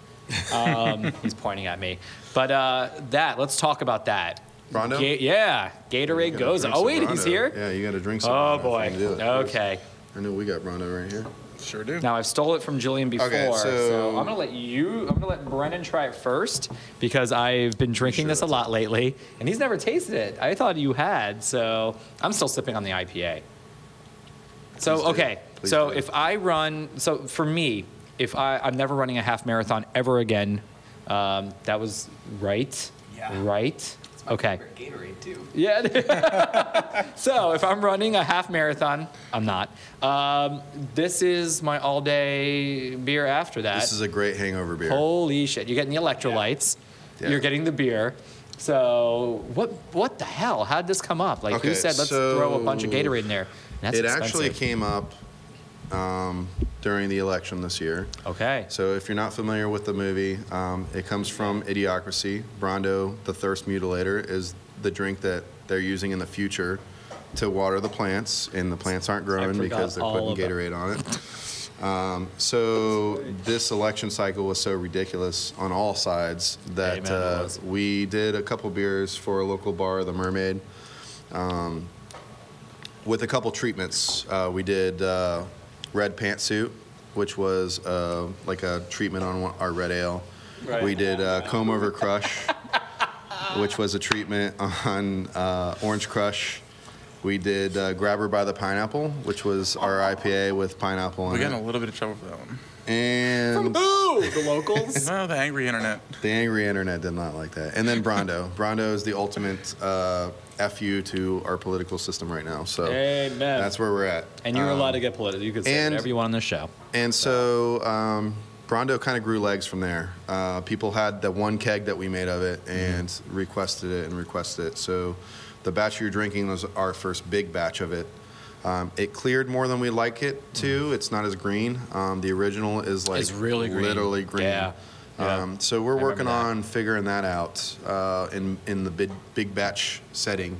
A: Um, he's pointing at me. But uh, that, let's talk about that.
D: Brando?
A: Ga- yeah,
D: You
A: Gatorade
D: gotta
A: goes.
D: drink
A: Oh
D: some
A: wait, he's
D: Rondo.
A: here.
D: Yeah, you got to drink some.
A: Oh
D: Rondo if
A: boy.
D: you can do it.
A: Okay.
D: I know we got Rondo right here.
C: sure do.
A: Now I've stole it from Julian before,
D: Okay,
A: so,
D: so-
A: I'm gonna let you. I'm gonna let Brennan try it first because I've been drinking
D: Sure,
A: this a
D: that's
A: lot lately, and he's never tasted it. I thought you had, so I'm still sipping on the IPA. So
D: Please do.
A: okay,
D: Please
A: so
D: do.
A: if I run, so for me, if I, I'm never running a half marathon ever again, um, that was right,
E: Yeah.
A: right, okay.
E: Gatorade too.
A: Yeah. so if I'm running a half marathon, I'm not. Um, this is my all day beer after that.
D: This is a great hangover beer.
A: Holy shit. You're getting the electrolytes,
D: Yeah.
A: you're getting the beer. So what what the hell? How'd this come up? Like who
D: Okay,
A: said let's
D: so-
A: throw a bunch of Gatorade in there? And that's
D: it
A: expensive.
D: actually came up um, during the election this year.
A: Okay.
D: So, if you're not familiar with the movie, um, it comes from Idiocracy. Brondo, the Thirst Mutilator, is the drink that they're using in the future to water the plants, and the plants aren't growing
A: forgot
D: because they're
A: all
D: putting
A: about-
D: Gatorade on it. Um, so, this election cycle was so ridiculous on all sides that
A: Amen, it
D: uh,
A: was.
D: we did a couple beers for a local bar, The Mermaid. Um, with a couple treatments, uh, we did uh, red pantsuit, which was uh, like a treatment on one, our red ale.
A: Right.
D: We did uh, comb over crush, which was a treatment on uh, orange crush. We did uh, Grabber by the Pineapple, which was our IPA with pineapple
C: We
D: in
C: got in a
D: it.
C: little bit of trouble for that one.
D: And
E: Ooh, the locals.
C: Oh, the angry internet.
D: the angry internet did not like that. And then Brondo. Brondo is the ultimate uh, FU to our political system right now. So
A: Amen.
D: that's where we're at.
A: and you're
D: Um,
A: allowed to get political. You could say
D: and-
A: whatever you want on this show.
D: And so um, Brondo kind of grew legs from there. Uh, people had the one keg that we made of
A: Mm-hmm.
D: it and requested it and requested it. So the batch you're drinking was our first big batch of it. Um, it cleared more than we like it to. It's not as green. Um, the original is
A: Mm-hmm.
D: like
A: It's really green.
D: literally green.
A: Yeah. Yeah.
D: Um, so we're
A: I remember
D: working
A: that.
D: on figuring that out uh, in in the big big batch setting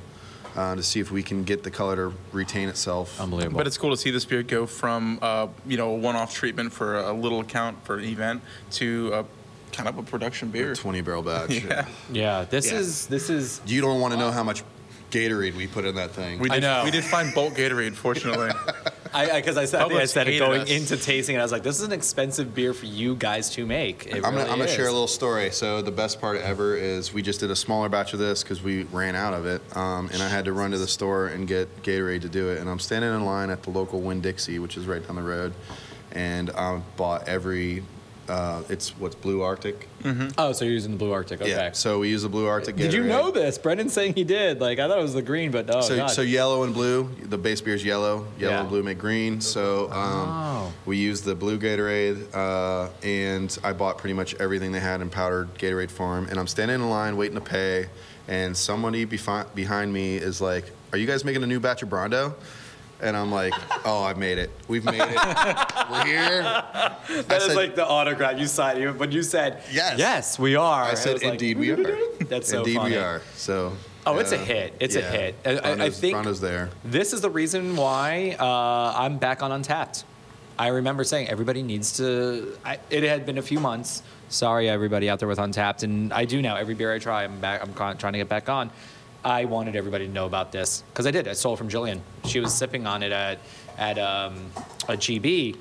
D: uh, to see if we can get the color to retain itself.
A: Unbelievable.
C: But it's cool to see this beer go from uh, you know a one-off treatment for a little account for an event to uh, kind of a production beer.
D: Twenty barrel batch.
C: Yeah.
A: yeah, this
D: Yeah.
A: is this is
D: You don't want to know how much Gatorade we put in that thing.
C: We
A: I
C: did,
A: know.
C: We did find bulk Gatorade, fortunately.
A: I because I, said I, think I
C: Publix
A: said it
C: hated
A: going
C: us.
A: into tasting, and I was like, "This is an expensive beer for you guys to make." It
D: I'm,
A: really
D: gonna, I'm gonna
A: is.
D: share a little story. So the best part ever is we just did a smaller batch of this because we ran out of it, um, and I had to run to the store and get Gatorade to do it. And I'm standing in line at the local Winn Dixie, which is right down the road, and I bought every. Uh, it's what's Blue Arctic.
A: Oh, so you're using the Blue Arctic? Okay.
D: Yeah. So we use the Blue Arctic. Gatorade.
A: Did you know this? Brendan's saying he did. Like I thought it was the green, but no.
D: so,
A: not.
D: so yellow and blue, the base beer is yellow. Yellow
A: Yeah.
D: and blue make green. So um,
A: Oh.
D: we used the blue Gatorade, uh, and I bought pretty much everything they had in powdered Gatorade form. And I'm standing in line waiting to pay, and somebody befi- behind me is like, "Are you guys making a new batch of Brondo?" And I'm like, "Oh, I've made it. We've made it. We're here."
A: that is like the autograph you signed. You- When you said
D: Yes.
A: yes, we are.
D: I said,
A: was like,
D: "Indeed, we are."
A: That's so
D: Indeed,
A: funny.
D: we are. So.
A: Oh, it's a
D: yeah.
A: hit. It's a
D: Yeah.
A: hit. I- I- I
D: Brondo's-
A: think-
D: Brondo's there.
A: This is the reason why uh, I'm back on Untapped. I remember saying everybody needs to. I, it had been a few months. Sorry, everybody out there with Untapped, and I do now. Every beer I try, I'm back. I'm con- trying to get back on. I wanted everybody to know about this because I did. I stole it from Jillian. She was sipping on it at at um, a GB.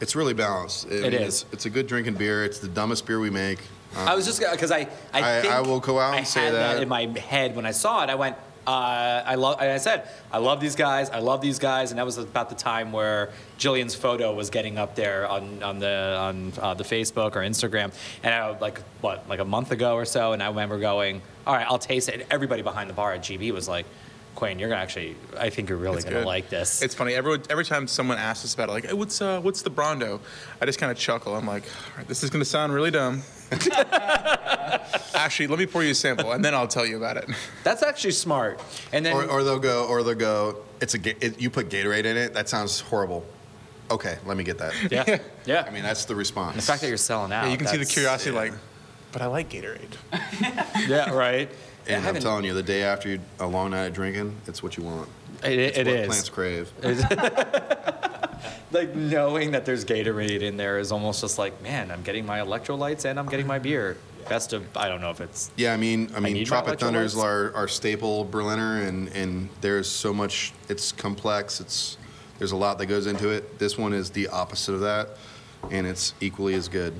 D: It's really balanced. I
A: It is.
D: It's, it's a good drinking beer. It's the dumbest beer we make. Um,
A: I was just because I I,
D: I-
A: think
D: I will go out and
A: I
D: say
A: had that.
D: that.
A: in my head when I saw it. I went. Uh, I love. I said I love these guys. I love these guys, and that was about the time where Jillian's photo was getting up there on, on the on uh, the Facebook or Instagram, and I was like what like a month ago or so, and I remember going, all right, I'll taste it. And everybody behind the bar at GB was like, Quinn, you're gonna actually, I think you're really
C: It's
A: gonna
C: good.
A: like this.
C: It's funny. Every every time someone asks us about it, like, "Hey, what's uh, what's the Brondo? I just kind of chuckle. I'm like, All right, this is gonna sound really dumb. Actually, let me pour you a sample, and then I'll tell you about it.
A: That's actually smart. And then
D: or, or they'll go, or they'll go. It's a ga- it, you put Gatorade in it. That sounds horrible. Okay, let me get that.
A: yeah, yeah.
D: I mean, that's the response.
A: the fact that you're selling out,
C: Yeah, you can see the
A: that's-
C: curiosity, like, but I like Gatorade.
A: Yeah, right. I
D: and I'm
A: haven't-
D: telling you, the day after you, a long night of drinking, it's what you want.
A: It, it, it
D: what
A: is.
D: Plants crave.
A: Like knowing that there's Gatorade in there is almost just like, man, I'm getting my electrolytes and I'm getting my beer. Best of, I don't know if it's.
D: Yeah, I mean, I mean,
A: need my
D: Tropic Thunder is
A: electrolytes.
D: our, our staple Berliner, and and there's so much. It's complex. It's there's a lot that goes into it. This one is the opposite of that, and it's equally as good.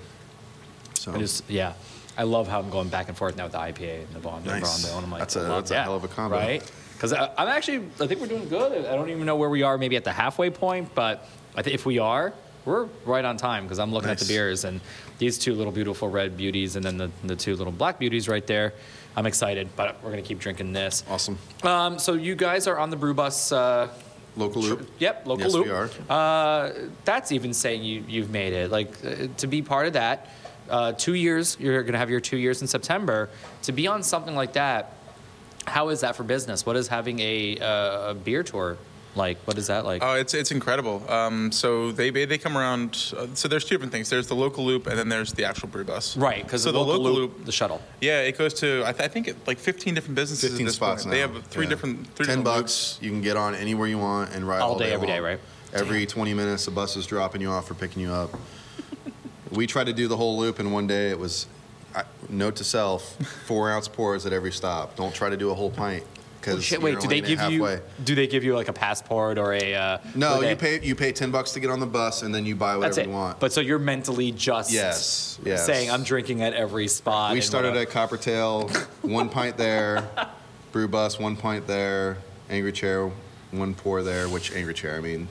D: So
A: I just, yeah, I love how I'm going back and forth now with the IPA and the Bond and
D: Nice.
A: Brondo, and I'm like,
D: That's a-
A: I love
D: that's a
A: that,
D: hell of a combo.
A: right? Because I'm actually, I think we're doing good. I don't even know where we are, maybe at the halfway point, but I think if we are, we're right on time because I'm looking at
D: Nice.
A: the beers and these two little beautiful red beauties and then the, the two little black beauties right there. I'm excited, but we're gonna keep drinking this.
D: awesome.
A: Um, so you guys are on the brew bus. Uh,
D: Local loop.
A: Yep, local
D: Yes,
A: loop.
D: we are.
A: Uh, that's even saying you you've made it. Like uh, to be part of that, uh, two years. You're gonna have your two years in September. To be on something like that, how is that for business? What is having a, uh, a beer tour like? What is that
D: Uh,
A: like?
C: Oh, it's it's incredible. Um, so they they come around. Uh, so there's two different things. There's the local loop, and then there's the actual brew bus.
A: right, because
C: so
A: the, local, loop, the shuttle.
C: Yeah, it goes to I, th- I think it, like 15 different businesses. at
D: 15
C: this
D: spots
C: point.
D: now.
C: They have three
D: Yeah.
C: different three
D: 10
C: different loops.
D: bucks. You can get on anywhere you want and ride
A: All
D: all,
A: day, every
D: long.
A: day, right?
D: Every 20 minutes, a bus is dropping you off or picking you up. we tried to do the whole loop, and one day it was I, note to self: four ounce pours at every stop. Don't try to do a whole pint because
A: Oh, Shit, wait, do they give
D: halfway.
A: you do they give you like a passport or a? Uh,
D: No,
A: or
D: you
A: they-
D: pay you pay 10 bucks to get on the bus, and then you buy
A: That's
D: whatever
A: it.
D: you want.
A: But so you're mentally just
D: Yes, yes.
A: saying I'm drinking at every spot.
D: we
A: and
D: started
A: whatever.
D: at Coppertail, one pint there, Brew Bus, one pint there, Angry Chair, one pour there, which angry chair. I mean,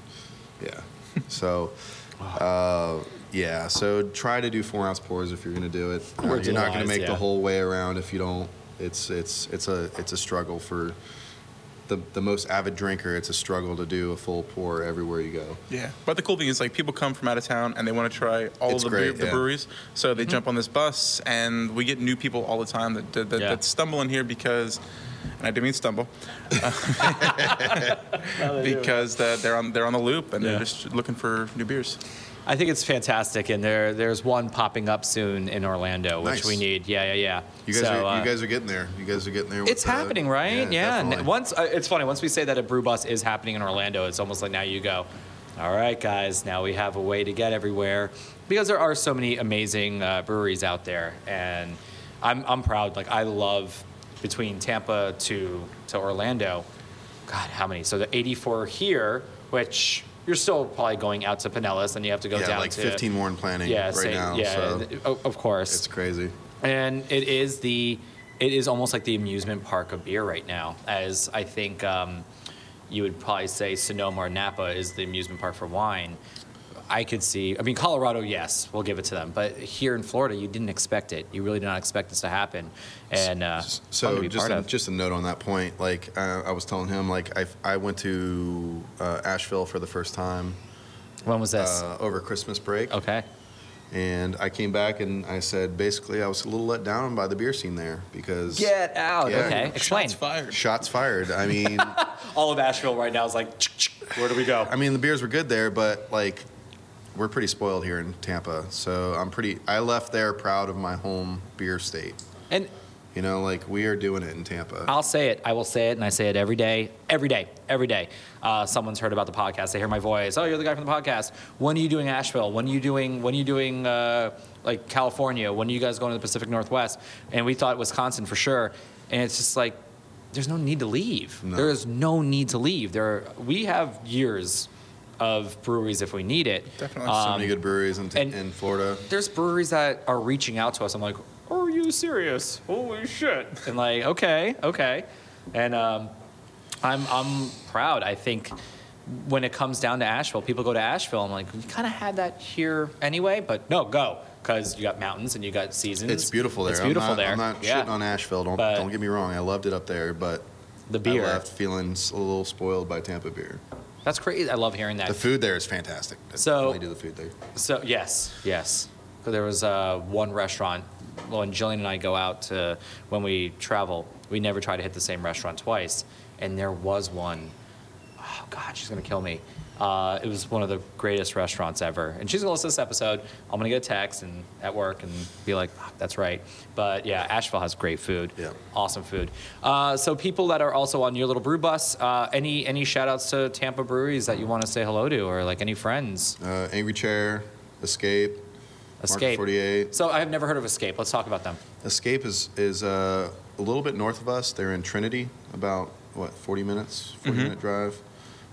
D: yeah. So, uh, yeah. So try to do four ounce pours if you're going to do it. Uh,
A: Words
D: you're not
A: and
D: going to
A: lies,
D: make the
A: yeah.
D: whole way around if you don't. It's it's it's a it's a struggle for the the most avid drinker. It's a struggle to do a full pour everywhere you go.
C: Yeah, but the cool thing is like people come from out of town and they want to try all
D: It's
C: the,
D: great,
C: beer, the
D: yeah.
C: breweries, so
A: Mm-hmm.
C: they jump on this bus and we get new people all the time that that, that,
A: Yeah.
C: that stumble in here because, and I do mean stumble, because uh, they're on they're on the loop and
A: Yeah.
C: they're just looking for new beers.
A: I think it's fantastic, and there there's one popping up soon in Orlando, which
D: Nice.
A: we need. Yeah, yeah, yeah.
D: You guys,
A: So,
D: are,
A: uh,
D: you guys are getting there. You guys are getting there. with
A: it's
D: the-
A: happening, right? Yeah.
D: Yeah.
A: N-
D: definitely.
A: Once uh, it's funny. Once we say that a brew bus is happening in Orlando, it's almost like now you go, all right, guys. Now we have a way to get everywhere because there are so many amazing uh, breweries out there, and I'm I'm proud. Like I love between Tampa to to Orlando. God, how many? So the 84 here, which you're still probably going out to Pinellas, and you have to go
D: yeah,
A: down
D: like
A: to
D: 15 more in planning
A: yeah,
D: right
A: say-
D: now.
A: Yeah,
D: so
A: th- o- of course
D: it's crazy.
A: and it is the it is almost like the amusement park of beer right now as i think um, you would probably say sonoma or napa is the amusement park for wine i could see i mean colorado yes we'll give it to them but here in florida you didn't expect it you really did not expect this to happen and uh, fun to
D: So
A: be
D: just
A: part
D: a,
A: of.
D: just a note on that point. Like uh, I was telling him, like I, I went to uh, Asheville for the first time
A: when was this
D: uh, over Christmas break,
A: okay
D: and I came back and I said basically I was a little let down by the beer scene there because
A: get out
D: Yeah.
A: okay explain
C: Shots fired.
D: shots fired. I mean,
A: all of asheville right now is like where do we go
D: I mean the beers were good there, but like we're pretty spoiled here in Tampa. So I'm pretty. I left there proud of my home beer state.
A: and
D: You know, like we are doing it in Tampa.
A: I'll say it. I will say it, and I say it every day, every day, every day. Uh, someone's heard about the podcast. They hear my voice. Oh, you're the guy from the podcast. When are you doing Asheville? When are you doing? When are you doing? Uh, like California? When are you guys going to the Pacific Northwest? And we thought Wisconsin for sure. And it's just like there's no need to leave.
D: No.
A: There is no need to leave. There, we have years of breweries if we need it.
C: Definitely.
D: so many good breweries in,
A: Um, and-
D: in Florida.
A: There's breweries that are reaching out to us. I'm like, are you serious? Holy shit! And like, okay, okay, and um, I'm I'm proud. I think when it comes down to Asheville, people go to Asheville. I'm like, we kind of had that here anyway, but no, go because you got mountains and you got seasons.
D: It's beautiful there.
A: It's beautiful
D: I'm not,
A: there.
D: I'm not
A: yeah.
D: shitting on Asheville. Don't
A: But-
D: don't get me wrong. I loved it up there, but
A: the
D: I
A: beer.
D: left feeling s- a little spoiled by Tampa beer.
A: That's crazy. I love hearing that.
D: The food there is fantastic. I
A: So-
D: definitely do the food there.
A: So yes, yes. So there was uh, one restaurant. When Jillian and I go out to when we travel, we never try to hit the same restaurant twice. And there was one. Oh God, she's gonna kill me. Uh, it was one of the greatest restaurants ever. And she's gonna listen to this episode. I'm gonna get a text and at work and be like, "Fuck, "That's right." But yeah, Asheville has great food.
D: Yeah.
A: Awesome food. Uh, so people that are also on your little brew bus, uh, any any shout outs to Tampa breweries that you want to say hello to, or like any friends?
D: Uh, Angry Chair, Escape,
A: Escape.
D: 48.
A: So I've never heard of Escape. Let's talk about them.
D: Escape is is uh, a little bit north of us. They're in Trinity, about what 40 minutes,
A: Mm-hmm.
D: 40 minute drive.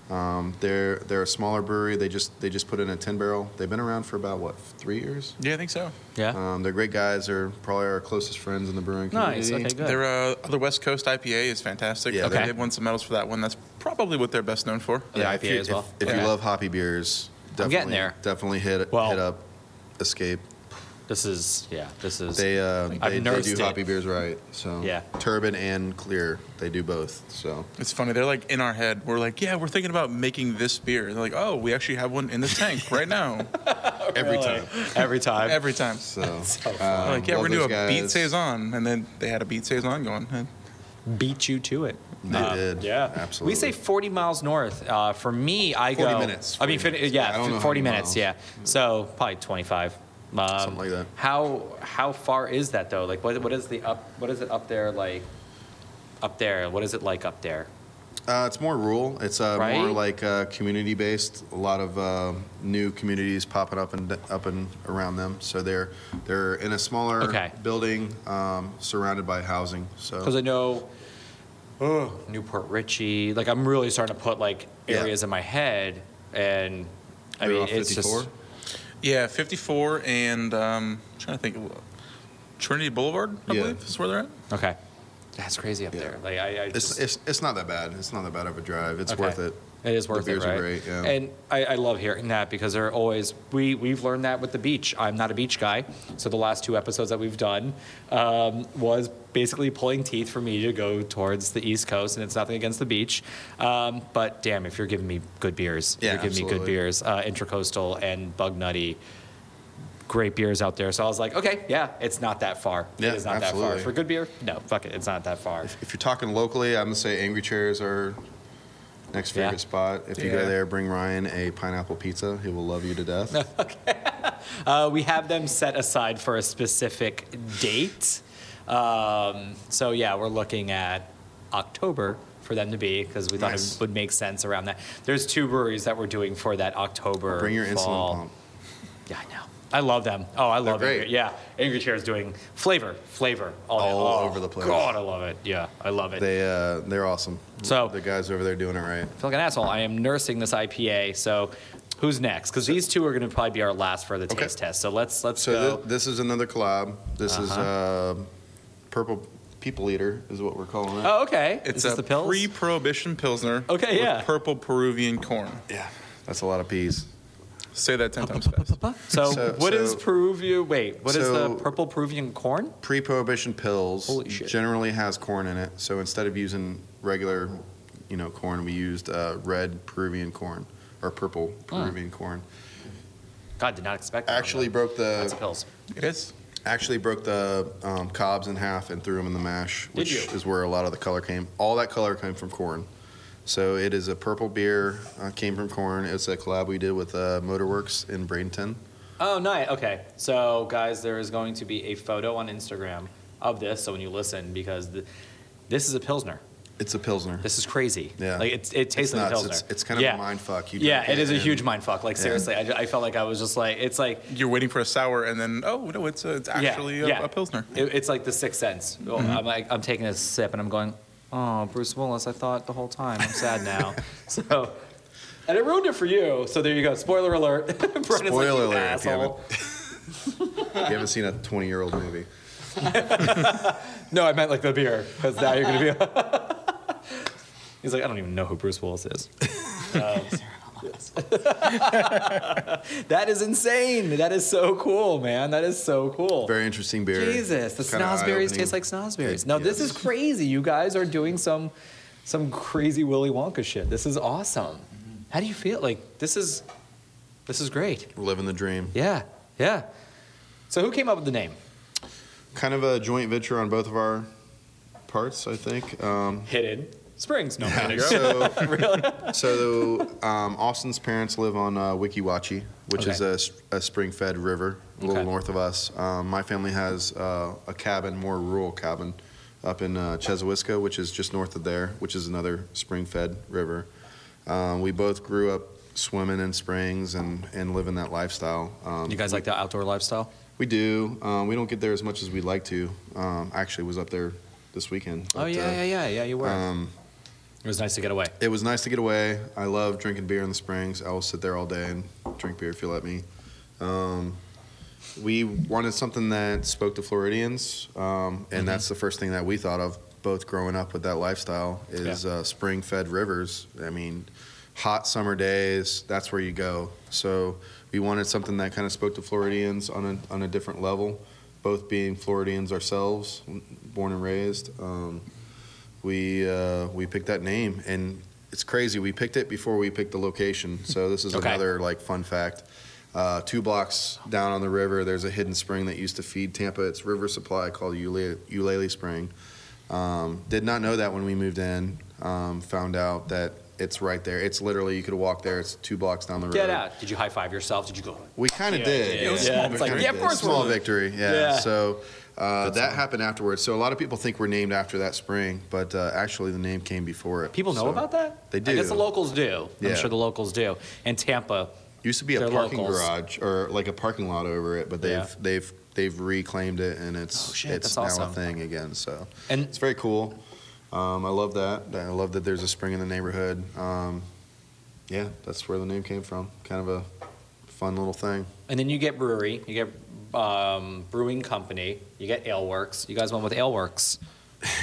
D: Um, they're they're a smaller brewery. They just they just put in a 10 barrel. They've been around for about what three years.
C: Yeah, I think so.
A: Yeah.
D: Um, they're great guys. They're probably our closest friends in the brewing community.
A: nice. Okay. Good.
C: Their uh, other West Coast IPA is fantastic.
D: Yeah,
A: Okay.
C: they, have won some medals for that one. That's probably what they're best known for.
A: Yeah,
D: if
A: IPA
D: you,
A: as well.
D: If, if
A: Okay.
D: you love hoppy beers, definitely,
A: I'm getting there.
D: Definitely hit
A: Well-
D: hit up Escape.
A: This is yeah. This is
D: They uh, they, they
A: noticed
D: do
A: it.
D: hoppy beers right. So
A: Yeah.
D: Turbin and Clear, they do both. So
C: It's funny. They're like in our head. We're like, yeah, we're thinking about making this beer. They're like, oh, we actually have one in the tank right now.
D: every time.
A: every time.
C: Every time.
D: So,
C: They're like, yeah,
D: love
C: we're gonna do
D: those
C: a beat
D: guys.
C: saison, and then they had a beat saison going. And
A: beat you to it.
D: They did.
A: Yeah,
D: absolutely.
A: We say 40 miles north. Uh, for me, I
D: 40
A: go
D: minutes,
A: I mean,
D: 40
A: fin-
D: minutes. I
A: yeah,
D: don't know
A: f-
D: how
A: 40
D: many
A: minutes.
D: miles.
A: Yeah, so probably 25. Um,
D: Something like that.
A: How how far is that though? Like, what what is the up? What is it up there like? Up there, what is it like up there?
D: Uh, it's more rural. It's uh,
A: Right?
D: more like uh, community based. A lot of uh, new communities popping up and up and around them. So they're they're in a smaller
A: Okay.
D: building, um, surrounded by housing. So
A: Because I know oh, Newport Richie. Like I'm really starting to put like
D: Yeah.
A: areas in my head, and I
D: They're
A: mean
D: off
A: it's
D: 54?
A: just
C: yeah, 54 and um, I'm trying to think, of- Trinity Boulevard, I
D: Yeah.
C: believe, is where they're at.
A: okay. That's crazy up
D: Yeah.
A: there. Like I, I
D: It's,
A: just-
D: it's it's not that bad. It's not that bad of a drive. It's
A: Okay.
D: worth it.
A: It is worth
D: the beers
A: it, right?
D: Are great, yeah.
A: And I, I love hearing that because they're always we we've learned that with the beach. I'm not a beach guy, so the last two episodes that we've done um, was basically pulling teeth for me to go towards the East Coast, and it's nothing against the beach, um, but damn, if you're giving me good beers,
D: Yeah,
A: you're giving me good
D: absolutely.
A: beers, uh, Intracoastal and Bug Nutty. Great beers out there, so I was like, okay, yeah, it's not that far.
D: Yeah,
A: it is not that
D: absolutely.
A: far for good beer. No, fuck it, it's not that far.
D: if you're talking locally, I'm gonna say Angry Chairs are next
A: Yeah.
D: favorite spot. If you go
C: Yeah.
D: there, bring Ryan a pineapple pizza. He will love you to death.
A: Uh, we have them set aside for a specific date. Um, so yeah, we're looking at October for them to be because we thought
D: Nice.
A: it would make sense around that. There's two breweries that we're doing for that October.
D: bring your insulin
A: fall.
D: pump.
A: Yeah, I know. I love them. Oh, I love
D: great.
A: Angry. Yeah, Angry Chair is doing flavor, flavor all, day
D: All
A: long.
D: over the place.
A: God, I love it. Yeah, I love it.
D: They uh, they're awesome.
A: So-
D: the guys over there doing it right.
A: I feel like an asshole. I am nursing this IPA. So who's next? Because these two are going to probably be our last for the
D: Okay.
A: taste test. So Uh-huh. let's let's
D: So
A: go.
D: thi- this is another collab. This is uh, Purple People Eater is what we're calling it.
A: oh, okay.
C: It's
A: is this
C: a
A: the pills?
C: pre-prohibition pilsner.
A: Okay,
C: with
A: yeah.
C: Purple Peruvian corn.
D: Yeah, that's a lot of peas.
C: Say that ten times fast.
A: So,
D: So-
A: what is
D: so-
A: Peruvian? Wait, what is
D: so-
A: the purple Peruvian corn?
D: Pre-prohibition pills
A: Holy shit.
D: generally has corn in it. So instead of using regular, you know, corn, we used uh, red Peruvian corn or purple
A: Hmm.
D: Peruvian corn.
A: God, did not expect. that.
D: Actually broke
A: that's
D: the
A: pills.
C: It is.
D: actually broke the um, cobs in half and threw them in the mash, which
A: you?
D: is where a lot of the color came. All that color came from corn. So it is a purple beer, uh, came from corn. It's a collab we did with uh, Motorworks in Bradenton.
A: Oh, nice. Okay, so guys, there is going to be a photo on Instagram of this. So when you listen, because th- this is a pilsner.
D: It's a pilsner.
A: This is crazy.
D: Yeah.
A: like it, it tastes
D: It's
A: like a
D: nuts.
A: pilsner.
D: It's, it's kind of
A: yeah.
D: a mind fuck. You
A: yeah,
D: drink
A: it is a
D: and-
A: huge mind fuck. Like seriously, I, ju- I felt like I was just like it's like
C: You're waiting for a sour, and then oh no, it's a, it's actually
A: yeah,
C: a,
A: yeah.
C: a pilsner. Mm-hmm.
A: It- it's like the sixth sense. Oh, I'm like I'm taking a sip and I'm going, oh, Bruce Willis. I thought the whole time. I'm sad now. so, and it ruined it for you. So there you go. Spoiler alert. Brennan's like, "You
D: Spoiler alert, damn
A: Asshole.
D: You haven't seen a 20 year old movie.
A: No, I meant like the beer because now you're gonna be. He's like, I don't even know who Bruce Willis is. Um, that is insane. That is so cool, man. That is so cool.
D: Very interesting beer.
A: Jesus, the
D: Kinda
A: snozzberries taste
D: eye-opening.
A: like snozzberries. No, this is
D: Yes.
A: crazy. You guys are doing some some crazy Willy Wonka shit. This is awesome. How do you feel? Like this is this is great.
D: Living the dream.
A: Yeah, yeah. So who came up with the name?
D: Kind of a joint venture on both of our parts, I think. Um,
A: Hidden Springs. No,
D: Yeah, so, so um, Austin's parents live on uh, Wikiwachi, which is
A: Okay.
D: a, s- a spring-fed river a little
A: Okay.
D: north of us. Um, my family has uh, a cabin, more rural cabin, up in uh, Chesawisca, which is just north of there, which is another spring-fed river. Um, we both grew up swimming in springs and, and living that lifestyle. Um,
A: You guys like the outdoor lifestyle?
D: we do. Um, we don't get there as much as we'd like to. Um, I actually was up there this weekend.
A: Oh
D: but,
A: yeah,
D: uh,
A: yeah, yeah, yeah. You were.
D: Um,
A: it was nice to get away.
D: it was nice to get away. I love drinking beer in the springs. I will sit there all day and drink beer if you let me. Um, we wanted something that spoke to Floridians, um, and that's the first thing that we thought of. Both growing up with that lifestyle is
A: Yeah.
D: uh, spring-fed rivers. I mean, hot summer days. That's where you go. So we wanted something that kind of spoke to Floridians on a on a different level. Both being Floridians ourselves, born and raised. Um, we uh, we picked that name, and it's crazy. We picked it before we picked the location. So this is
A: Hmm. Okay.
D: another like fun fact. Uh, two blocks down on the river, there's a hidden spring that used to feed Tampa its river supply called Eula- Eulalie Spring. Um, did not know that when we moved in. Um, found out that it's right there. It's literally you could walk there. It's two blocks down the road.
A: Get out. Did you high five yourself? Did you go?
D: We kind of
A: Yeah,
D: did.
A: yeah,
C: It was
A: yeah.
C: small
A: It's like,
C: victory.
A: yeah, of course
D: Small
A: we're
D: victory. Yeah.
A: Yeah.
D: So uh, that happened afterwards. So a lot of people think we're named after that spring, but uh, actually the name came before it.
A: People know
D: So
A: about that?
D: They
A: I
D: do.
A: guess the locals do.
D: Yeah.
A: I'm sure the locals do. And Tampa,
D: Used to be a
A: They're
D: parking
A: locals.
D: garage or like a parking lot over it, but they've
A: Yeah.
D: they've they've reclaimed it and it's
A: Oh, shit,
D: it's
A: that's awesome.
D: now a thing again. So
A: And-
D: it's very cool. Um, I love that. I love that there's a spring in the neighborhood. Um, yeah, that's where the name came from. Kind of a fun little thing.
A: and then you get brewery, you get um, brewing company, you get Aleworks. You guys went with Aleworks.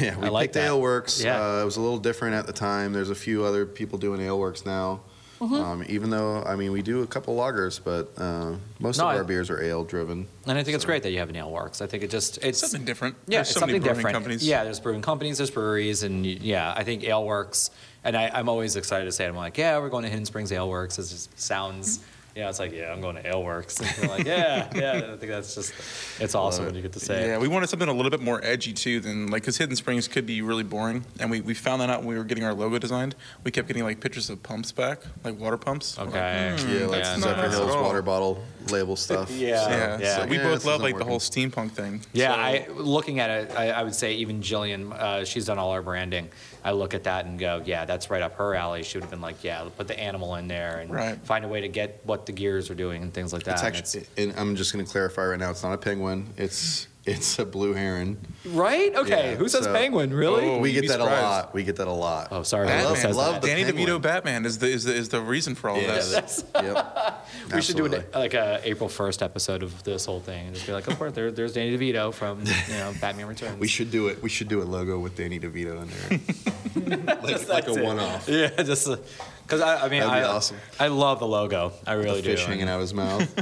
D: Yeah, we
A: I like
D: picked
A: that.
D: Ale Works.
A: Yeah.
D: Uh, it was a little different at the time. There's a few other people doing Ale Works now. Um, even though, I mean, we do a couple lagers, but uh, most
A: No,
D: of
A: I-
D: our beers are ale driven.
A: And I think it's great that you have an ale works. I think it just it's
C: Something different.
A: Yeah,
C: There's
A: it's
C: so many
A: something
C: brewing
A: different.
C: companies.
A: Yeah, there's brewing companies, there's breweries, and y- yeah, I think ale works. And I, I'm always excited to say it. I'm like, yeah, we're going to Hidden Springs Ale Works. It just sounds.
C: Mm-hmm.
A: Yeah, it's like, yeah, I'm going to Ale Works. And they're like, yeah, yeah. I think that's just, it's awesome
D: it.
A: when you get to say it.
C: Yeah, we wanted something a little bit more edgy too than like because Hidden Springs could be really boring, and we, we found that out when we were getting our logo designed. We kept getting like pictures of pumps back, like water pumps. We're like, "Hmm."
A: Okay.
D: yeah, like
A: Mm. yeah.
C: not us
D: Zephyr
C: at
D: Hills
C: all.
D: water bottle label stuff.
A: Yeah.
C: yeah,
A: Yeah.
C: so we
D: Yeah,
C: both
D: this
C: love
D: isn't
C: like the
D: working.
C: whole steampunk thing.
A: Yeah,
C: So-
A: I looking at it, I, I would say even Jillian, uh, she's done all our branding. I look at that and go, yeah, that's right up her alley. She would have been like, yeah, put the animal in there and
C: Right.
A: find a way to get what the gears are doing and things like that.
D: It's
A: And
D: actually, and I'm just going to clarify right now. It's not a penguin. It's it's a blue heron.
A: it's- right? Okay,
D: Yeah,
A: who says
D: so-
A: penguin? Really?
C: Oh,
D: we
C: you'd
D: get
C: be
D: that a
C: surprised.
D: lot. We get that a lot.
A: Oh, sorry,
D: I
A: whoever
D: love,
C: Batman.
A: says
D: love the
C: Danny
D: penguin.
C: DeVito Batman is the is the is the reason for all
D: Yeah,
C: of this.
D: that's- yep.
A: we should do an,
D: Absolutely.
A: like a April first episode of this whole thing and just be like, of course, there, there's Danny DeVito from you know Batman Returns.
D: We should do it. We should do a logo with Danny DeVito in there, like, like a
A: that's it.
D: one-off.
A: yeah, just because I, I mean,
D: That'd be
A: I,
D: awesome.
A: I love the logo. I really do.
D: Fish hanging out his mouth.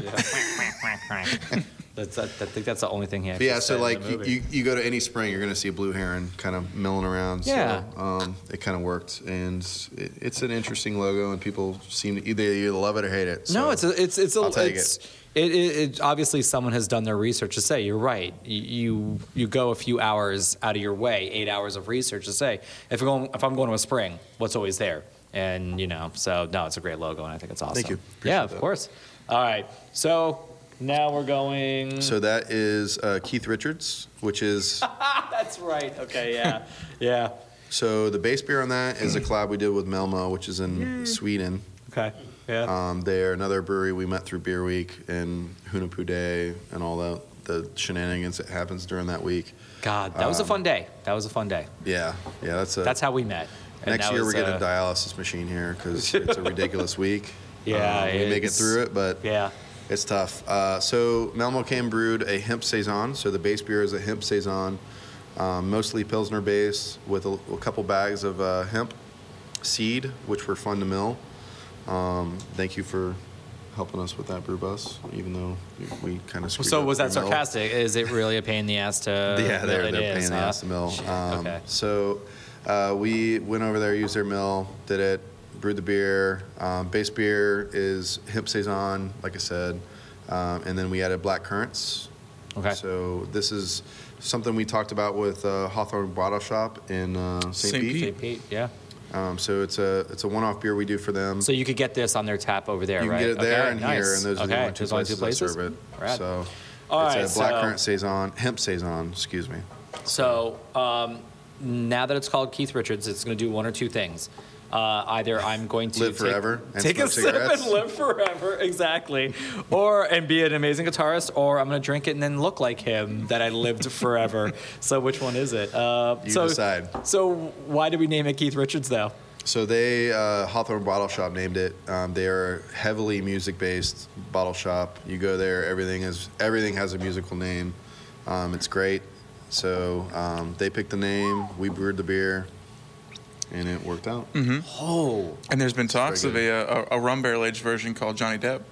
A: That's, that, I think that's the only thing he.
D: But
A: Actually
D: yeah,
A: said
D: so
A: in
D: like
A: the
D: you,
A: movie.
D: you, you go to any spring, you're gonna see a blue heron kind of milling around.
A: Yeah.
D: So, um, it kind of worked, and it, it's an interesting logo, and people seem to either either love it or hate it.
A: No,
D: so-
A: it's a, it's it's a,
D: I'll take
A: it's it. It, it, obviously someone has done their research to say you're right. You, you you go a few hours out of your way, eight hours of research to say if I'm going if I'm going to a spring, what's always there, and you know so no, it's a great logo and I think it's awesome.
D: Thank you.
A: yeah,
D: Appreciate
A: of
D: that.
A: course. All right, so now we're going.
D: so that is uh, Keith Richards, which is
A: Ah. That's right. Okay, yeah, yeah.
D: so the base beer on that is a
A: Hmm.
D: collab we did with Melmo, which is in Sweden.
A: Okay, yeah.
D: Um, they're another brewery we met through Beer Week and Hunapu Day and all the the shenanigans that happens during that week.
A: God, that was
D: um,
A: a fun day. That was a fun day.
D: Yeah, yeah, that's a
A: That's how we met. And
D: Next
A: that
D: year
A: was,
D: we're getting
A: uh,
D: a dialysis machine here because it's a ridiculous week.
A: Yeah,
D: Um, we make it
A: it's-
D: through it, but
A: Yeah.
D: it's tough. Uh, so Malmo Cam brewed a hemp saison. So the base beer is a hemp saison, um, mostly pilsner based, with a, a couple bags of uh, hemp seed, which were fun to mill. Um, thank you for helping us with that brew bus, even though we kind of.
A: So was that sarcastic? Is it really a pain in the ass to?
D: Yeah, they're,
A: Uh, It
D: they're
A: is,
D: paying the
A: huh?
D: ass to mill.
A: Shit,
D: Um,
A: okay.
D: So uh, we went over there, used their mill, did it, brewed the beer. Um, base beer is hemp saison, like I said, um, and then we added black currants.
A: Okay.
D: So this is something we talked about with uh, Hawthorne Bottle Shop in uh, St.
C: St.
D: Pete.
A: Hey, Pete, yeah.
D: Um, so it's a it's a one-off beer we do for them.
A: So you could get this on their tap over there,
D: you can
A: right?
D: get it there
A: Okay,
D: and
A: nice.
D: here, and those are the
A: Okay,
D: only two
A: there's
D: places,
A: places?
D: that serve it.
A: Rad.
D: So
A: All
D: it's
A: right,
D: a black
A: so-
D: currant saison, hemp saison, excuse me.
A: So um, now that it's called Keith Richards, it's going to do one or two things. Uh, either I'm going to take-
D: Live forever and
A: take a
D: smoke
A: sip
D: cigarettes.
A: and live forever, exactly, or and be an amazing guitarist, or I'm going to drink it and then look like him that I lived forever. so which one is it? Uh,
D: You
A: so,
D: decide.
A: So why did we name it Keith Richards though?
D: So they uh, Hawthorne Bottle Shop named it. Um, they are heavily music-based bottle shop. You go there, everything is everything has a musical name. Um, it's great. So um, they picked the name. We brewed the beer, and it worked out.
A: Oh,
C: And there's been talks
D: Very
C: of a, uh, a a rum barrel aged version called Johnny Depp.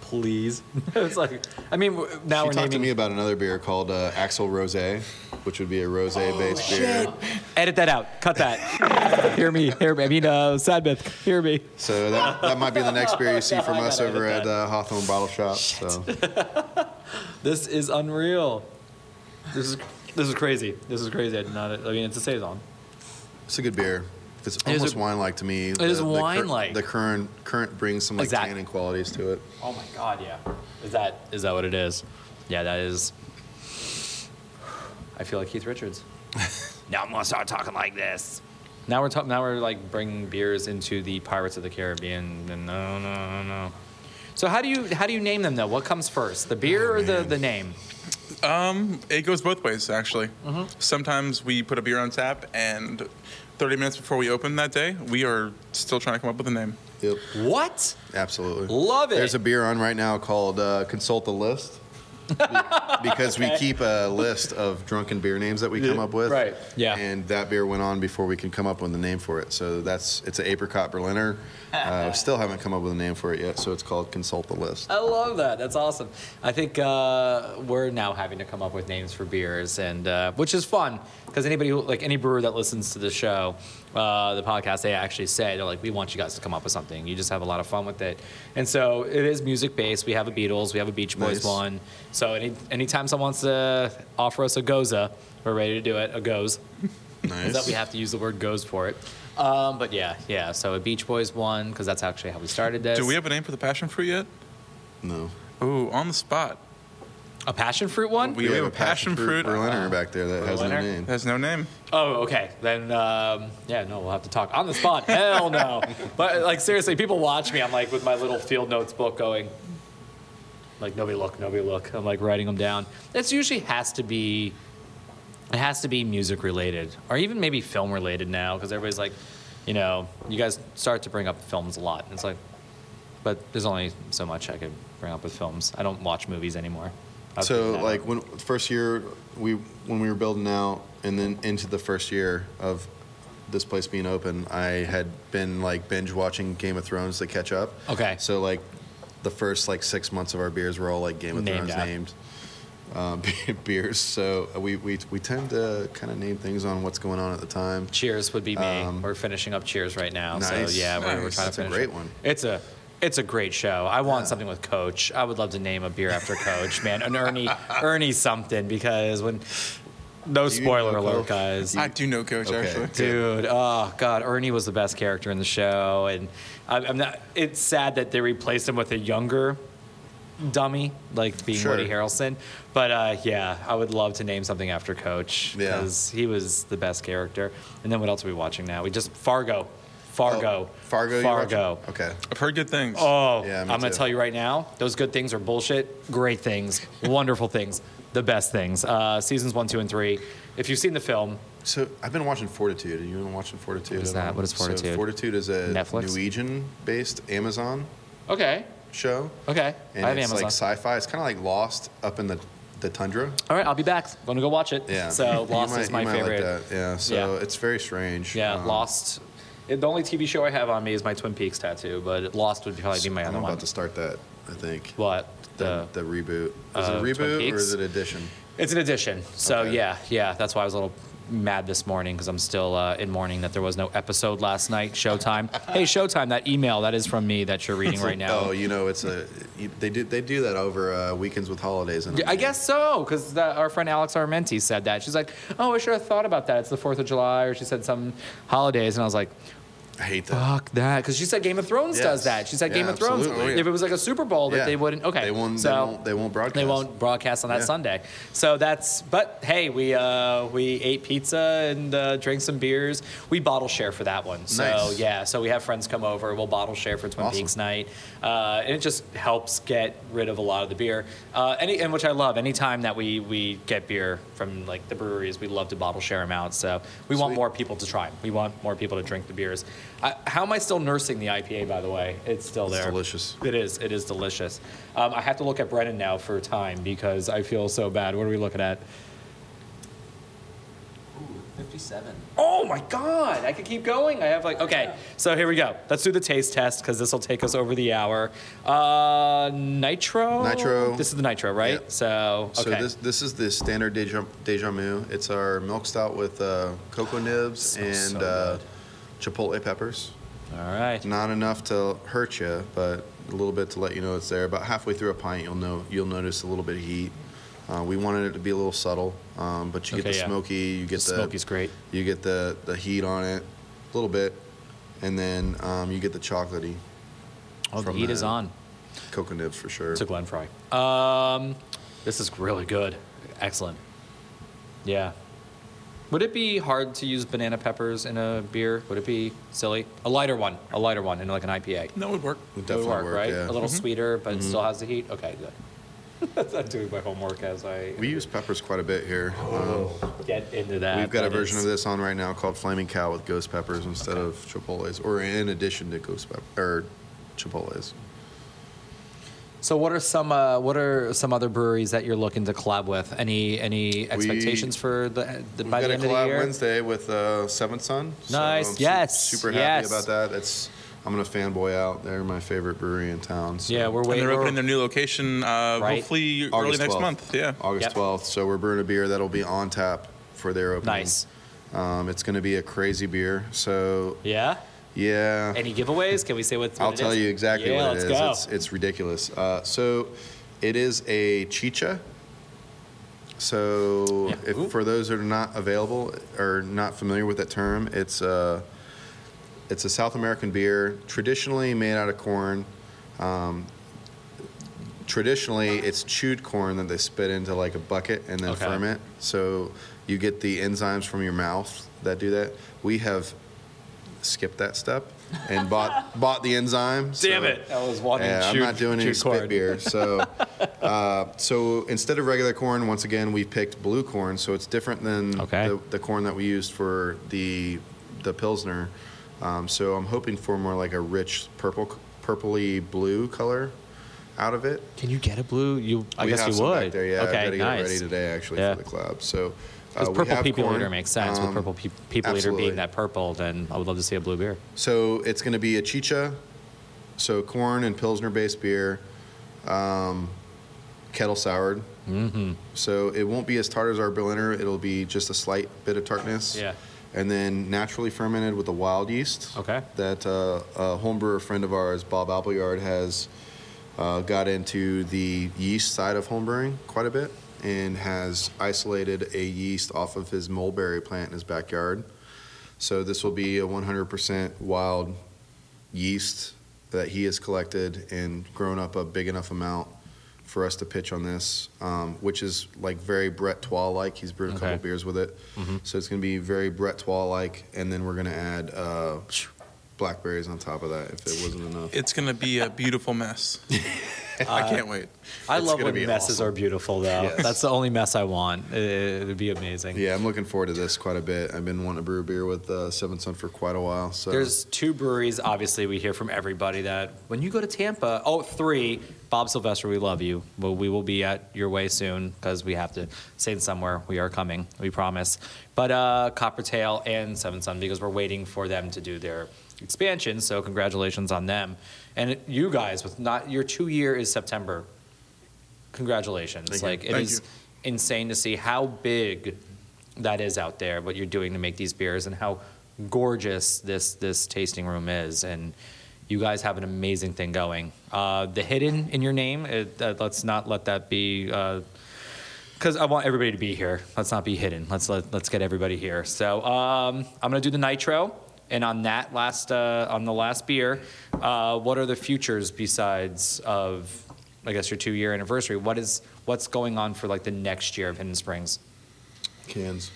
A: please. it's like, I mean, w- now
D: She
A: we're
D: talked to
A: naming.
D: me about another beer called uh, Axel Rosé, which would be a
A: Oh,
D: rosé-based beer.
A: Edit that out. Cut that. hear me. Hear me. I mean, uh, Sadbeth. Hear me.
D: So that, that might be the next beer you see from
A: I
D: us
A: gotta
D: over
A: edit
D: at uh, Hawthorne Bottle Shop. So
A: This is unreal. This is this is crazy. This is crazy. I did not. I mean, it's a saison.
D: it's a good beer. It's
A: is
D: almost
A: a-
D: wine-like to me. It
A: is wine-like.
D: The current current brings some like
A: Exact-
D: tannin qualities to it.
A: Oh my god. Yeah. Is that is that what it is? Yeah, that is. I feel like Keith Richards. now I'm gonna start talking like this. Now we're talking. Now we're like bringing beers into the Pirates of the Caribbean. And no, no, no, no. So how do you how do you name them though? What comes first, the beer or the, the name?
C: It goes both ways, actually. Sometimes we put a beer on tap, and 30 minutes before we open that day, we are still trying to come up with a name.
D: Yep,
A: What?
D: absolutely.
A: Love it.
D: There's a beer on right now called uh, Consult the List. because we keep a list of drunken beer names that we come up with.
F: Right.
A: Yeah.
D: And that beer went on before we can come up with a name for it. So that's it's an apricot Berliner. Uh, still haven't come up with a name for it yet. So it's called Consult the List.
A: I love that. That's awesome. I think uh, we're now having to come up with names for beers, and uh, which is fun because anybody who, like any brewer that listens to the show, uh, the podcast, they actually say they're like, we want you guys to come up with something. You just have a lot of fun with it, and so it is music based. We have a Beatles, we have a Beach Boys
D: Nice.
A: one. So any anytime someone wants to offer us a goza, we're ready to do it. A goes.
D: Nice.
A: Is that we have to use the word goes for it. Um, but yeah, yeah. So a Beach Boys one because that's actually how we started this.
C: Do we have a name for the passion fruit yet?
D: no.
C: Ooh, on the spot.
A: a passion fruit one?
C: We
D: We
C: have
D: have
C: a passion fruit. uh,
D: Berliner back there that has no
A: Berliner?
D: name.
C: Has no name.
A: Oh, okay. Then, um, yeah, no, we'll have to talk on the spot. Hell no. But like seriously, people watch me. I'm like with my little field notes book going. Like nobody look, nobody look. I'm like writing them down. That's usually has to be. It has to be music related, or even maybe film related now, because everybody's like, you know, you guys start to bring up films a lot, and it's like, but there's only so much I could bring up with films. I don't watch movies anymore. I've
D: so
A: given that up.
D: like when first year we when we were building out and then into the first year of this place being open i had been like binge watching game of thrones to catch up
A: Okay.
D: so like the first like six months of our beers were all like game of
A: Named
D: thrones
A: out.
D: named uh, be- beers so uh, we, we we tend to kind of name things on what's going on at the time
A: Cheers would be me.
D: Um,
A: we're finishing up Cheers right now.
D: Nice.
A: So yeah, we're, we're
C: Nice.
A: trying
D: That's
A: to
D: a
A: finish.
D: great
A: it.
D: one.
A: It's a it's a great show. I want something with Coach. I would love to name a beer after Coach, man, an Ernie Ernie something because when no
D: Do you
A: spoiler
D: know
A: alert,
D: Coach?
A: guys.
C: I do know Coach,
D: Okay.
C: actually.
A: Dude, oh god, Ernie was the best character in the show, and I, I'm not. It's sad that they replaced him with a younger dummy, like being
D: Sure.
A: Woody Harrelson. But uh, yeah, I would love to name something after Coach
D: Yeah.
A: because he was the best character. And then what else are we watching now? We just Fargo, Fargo,
D: Oh, fargo you're
A: Fargo.
D: watching? okay
C: I've heard good things.
A: Oh,
D: Yeah, me
A: I'm gonna
D: too.
A: tell you right now, those good things are bullshit. Great things, wonderful things, the best things. Uh, seasons one, two, and three. If you've seen the film,
D: So I've been watching Fortitude. Have you been watching Fortitude?
A: What is
D: at all?
A: that? What is Fortitude?
D: So Fortitude is a
A: Netflix?
D: Norwegian-based Amazon
A: okay,
D: show,
A: okay,
D: and
A: I have
D: it's
A: Amazon.
D: like sci-fi. It's kind of like Lost up in the the tundra.
A: All right, I'll be back. Gonna go watch it.
D: Yeah.
A: So
D: You
A: Lost
D: might-
A: is my
D: you might like
A: favorite.
D: that. Yeah. So
A: Yeah.
D: it's very strange.
A: Yeah,
D: Um,
A: Lost. It, the only TV show I have on me is my Twin Peaks tattoo, but Lost would probably be my
D: I'm
A: other
D: about
A: one.
D: to start that. I think
A: But
D: the,
A: the,
D: the reboot. Is
A: uh, Twin
D: it a reboot or
A: Peaks?
D: is it addition?
A: it's an addition. So
D: Okay.
A: yeah, yeah, that's why I was a little mad this morning because I'm still uh, in mourning that there was no episode last night. Showtime. hey, Showtime. That email that is from me that you're reading right now.
D: Oh, you know it's a you, they do they do that over uh, weekends with holidays and.
A: Yeah, I guess so, because our friend Alex Armenti said that. She's like, "Oh, I should have thought about that. It's the Fourth of July," or she said some holidays, and I was like,
D: I hate that.
A: Fuck that, because she said Game of Thrones
D: Yes.
A: does that. She said
D: Yeah,
A: Game of Thrones.
D: absolutely.
A: If it was like a Super Bowl, that
D: Yeah.
A: they wouldn't. Okay,
D: They won't.
A: so
D: they won't. They won't broadcast.
A: they won't broadcast on that
D: Yeah.
A: Sunday. So that's. But hey, we uh, we ate pizza and uh, drank some beers. We bottle share for that one. So
D: Nice.
A: yeah, so we have friends come over. We'll bottle share for Twin
D: Awesome.
A: Peaks night, uh, and it just helps get rid of a lot of the beer. Uh, any and which I love. Anytime that we we get beer from like the breweries, we love to bottle share them out. So we want
D: Sweet.
A: more people to try 'em. We want more people to drink the beers. I, how am I still nursing the IPA? By the way, it's still
D: It's
A: there.
D: delicious.
A: It is. It is delicious. Um, I have to look at Brennan now for time because I feel so bad. What are we looking at?
E: Ooh, 57.
A: Oh my God! I could keep going. I have like okay. So here we go. Let's do the taste test because this will take us over the hour. Uh, nitro.
D: Nitro.
A: This is the nitro, right?
D: Yeah.
A: So okay.
D: So this this is the standard deja, deja mu. It's our milk stout with uh, cocoa nibs and
A: Smells so
D: uh,
A: good.
D: chipotle peppers.
A: All right.
D: Not enough to hurt you, but a little bit to let you know it's there. About halfway through a pint, you'll know you'll notice a little bit of heat. Uh, we wanted it to be a little subtle, um, but you get
A: Okay,
D: the
A: yeah.
D: smoky, you get the,
A: Smoky's great.
D: you get the the heat on it, a little bit, and then um, you get the chocolatey
A: Oh, the
D: from
A: heat is
D: the-
A: on.
D: cocoa nibs for sure.
A: to Glen Fry. Um, this is really good. Excellent. Yeah. Would it be hard to use banana peppers in a beer? Would it be silly? A lighter one, a lighter one, in like an IPA.
C: That would work.
D: Would
A: That would
D: definitely
A: work, right?
D: yeah. Mm-hmm.
A: A
C: Mm-hmm.
A: little sweeter, but it still has the heat. Okay, good. I'm doing my homework as I
D: We use peppers quite a bit here. Um,
A: get into that.
D: We've got a
A: but
D: version
A: it's-
D: of this on right now called Flaming Cow with ghost peppers instead of chipotles, or in addition to ghost pepper or chipotles.
A: So what are some uh, what are some other breweries that you're looking to collab with? Any any expectations for the, the
D: We've
A: by
D: got
A: the
D: a
A: end of the
D: collab
A: year?
D: Wednesday with uh, Seventh Son.
A: Nice.
D: I'm su-
A: Yes.
D: Super happy
A: Yes.
D: about that. That's I'm gonna fanboy out. They're my favorite brewery in town. So.
A: Yeah, we're
C: And
A: waiting.
C: they're opening
A: we're-
C: their new location uh,
A: Right.
C: hopefully early
D: August
C: next
D: 12th.
C: month. Yeah.
D: August
A: Yep.
D: 12th. So we're brewing a beer that'll be on tap for their opening.
A: nice.
D: Um, it's gonna be a crazy beer. So
A: Yeah.
D: yeah.
A: Any giveaways? Can we say what?
D: I'll
A: what it
D: tell
A: is?
D: you exactly
A: yeah,
D: what it
A: let's
D: is.
A: Go.
D: It's, it's ridiculous. Uh, so, it is a chicha. So,
A: Yeah. Ooh.
D: if, for those that are not available or not familiar with that term, it's a it's a South American beer, traditionally made out of corn. Um, traditionally, it's chewed corn that they spit into like a bucket and then
A: Okay.
D: ferment. So you get the enzymes from your mouth that do that. We have skipped that step and bought bought the enzyme. so-
A: Damn it! I was wanting
D: uh, Yeah,
A: to
D: I'm
A: shoot-
D: not doing any
A: shoot
D: spit
A: cord.
D: beer. So, uh, so instead of regular corn, once again we picked blue corn. So it's different than
A: Okay.
D: the, the corn that we used for the the pilsner. Um, so I'm hoping for more like a rich purple, purpley blue color out of it.
A: Can you get a blue? You, I
D: we
A: guess
D: have
A: you
D: some
A: would.
D: Back there. Yeah, I've
A: okay,
D: got to get
A: nice.
D: it ready today actually
A: Yeah.
D: for the collab. So. uh,
A: Because
D: we
A: purple
D: have
A: people
D: corn.
A: eater makes sense. With
D: Um,
A: purple pe- people eater being
D: absolutely.
A: that purple, then I would love to see a blue beer.
D: So it's going to be a chicha, so corn and pilsner based beer, um, kettle soured.
A: Mm-hmm.
D: So it won't be as tart as our Berliner. It'll be just a slight bit of tartness.
A: Yeah.
D: And then naturally fermented with the wild yeast.
A: Okay.
D: That uh, a home brewer friend of ours, Bob Appleyard, has uh, got into the yeast side of home brewing quite a bit and has isolated a yeast off of his mulberry plant in his backyard. So this will be a 100% wild yeast that he has collected and grown up a big enough amount for us to pitch on this, um, which is like very Brett Toile like. He's brewed a couple
A: Okay.
D: beers with it, so it's going to be very Brett Toile like. And then we're going to add uh, blackberries on top of that if it wasn't enough.
C: It's going to be a beautiful mess. I can't wait.
A: I
D: It's
A: love
D: gonna
A: when
D: be
A: messes
D: awesome.
A: are beautiful, though.
D: Yes.
A: That's the only mess I want. It, would be amazing.
D: Yeah, I'm looking forward to this quite a bit. I've been wanting to brew a beer with uh, Seven Sun for quite a while. So
A: There's two breweries, obviously, we hear from everybody that when you go to Tampa, oh, three, Bob Sylvester, we love you, but we will be at your way soon because we have to send somewhere. We are coming, we promise. But uh, Coppertail and Seven Sun, because we're waiting for them to do their expansion, so congratulations on them. And you guys, with not your two year is September. Congratulations.
D: Thank you.
A: like, it is
C: Thank you.
A: insane to see how big that is out there, what you're doing to make these beers, and how gorgeous this this tasting room is. And you guys have an amazing thing going. Uh, the hidden in your name. It, uh, let's not let that be. Because I want everybody to be here. Let's not be hidden. Let's let, let's get everybody here. So um, I'm gonna do the nitro, and on that last uh, on the last beer, uh, what are the futures besides of I guess your two year anniversary? What is what's going on for like the next year of Hidden Springs?
D: cans.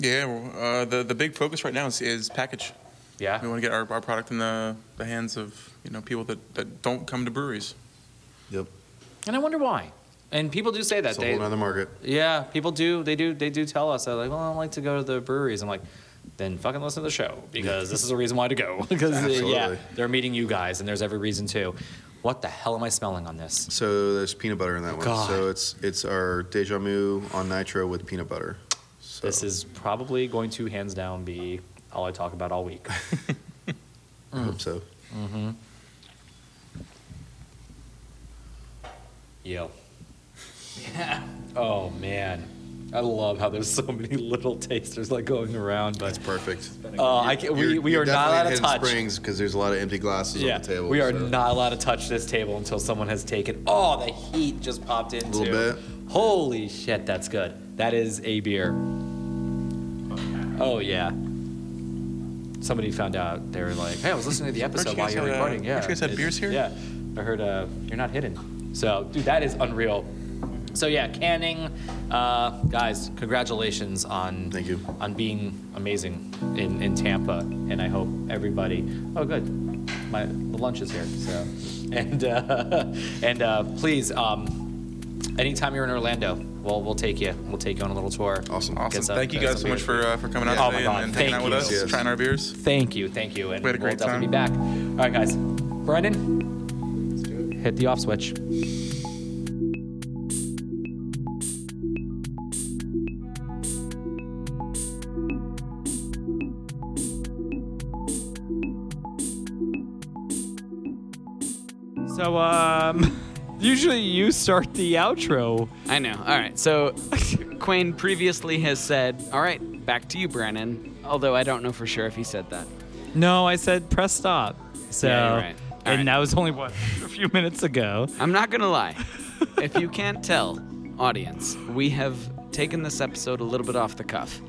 C: Yeah, well, uh, the the big focus right now is, is package.
A: Yeah.
C: We want to get our, our product in the, the hands of you know people that, that don't come to breweries.
D: Yep,
A: And I wonder why. And people do say that
D: it's a
A: they,
D: whole other market.
A: yeah, people do. They do. They do tell us that like, well, I don't like to go to the breweries. I'm like, then fucking listen to the show because this is a reason why to go. Because uh, yeah,
D: Absolutely.
A: they're meeting you guys, and there's every reason to. What the hell am I smelling on this?
D: So there's peanut butter in that one.
A: God.
D: So it's it's our deja vu on nitro with peanut butter. So
A: This is probably going to hands down be all I talk about all week.
D: I hope so.
A: Yo. Yeah. Oh man, I love how there's so many little tasters like going around, but.
D: Perfect.
A: Uh, I can, we
D: You're-
A: we
D: you're
A: are not
D: definitely
A: allowed
D: in
A: to
D: Hidden
A: touch.
D: Springs because there's a lot of empty glasses
A: Yeah,
D: on the table.
A: we are
D: so.
A: not allowed to touch this table until someone has taken. Oh, the heat just popped into.
D: Little bit.
A: Holy shit, that's good. That is a beer. Oh yeah. Somebody found out. They were like, "Hey, I was listening to the
C: Aren't
A: episode
C: you
A: while
C: guys
A: you were
C: had, uh,
A: recording." Yeah,
C: aren't you guys had
A: it's-
C: beers here?
A: Yeah, I heard. Uh, you're not hidden. So, dude, that is unreal. So yeah, canning, uh, guys. Congratulations on
D: Thank you.
A: on being amazing in, in Tampa, and I hope everybody. Oh, good, my the lunch is here. So, and uh, and uh, please, um, anytime you're in Orlando, we'll we'll take you. We'll take you on a little tour.
D: Awesome.
C: Awesome.
A: Get some-
C: Thank you
A: get
C: guys so
A: some
C: much
A: beers.
C: for uh, for coming out
A: Yeah. Oh my
C: today
A: God,
C: and, and hanging
A: thank
C: out with
A: you.
C: us,
D: Yes.
C: trying our beers.
A: Thank you, thank you, and
C: We had a great
A: we'll definitely be back. All right, guys, Brendan. Let's do it. hit the off switch. So, um, usually you start the outro.
B: I know. All right. So, Quain previously has said, "All right, back to you, Brennan." Although I don't know for sure if he said that.
A: No, I said press stop. So,
B: Yeah, you're right. All
A: and
B: right.
A: that was only what a few minutes ago.
B: I'm not gonna lie. if you can't tell, audience, we have taken this episode a little bit off the cuff.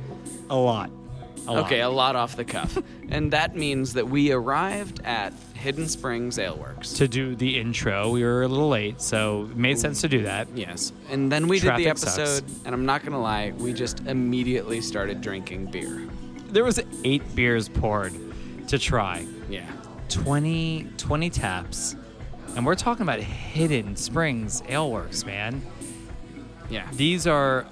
A: A lot. A lot.
B: Okay, a lot off the cuff, and that means that we arrived at Hidden Springs Aleworks.
A: to do the intro. We were a little late, so it made sense to do that.
B: Yes, and then we did the
A: Traffic sucks.
B: episode, and I'm not gonna lie, we just immediately started drinking beer.
A: There was eight beers poured to try,
B: Yeah.
A: 20, 20 taps, and we're talking about Hidden Springs Aleworks, man.
B: Yeah.
A: These are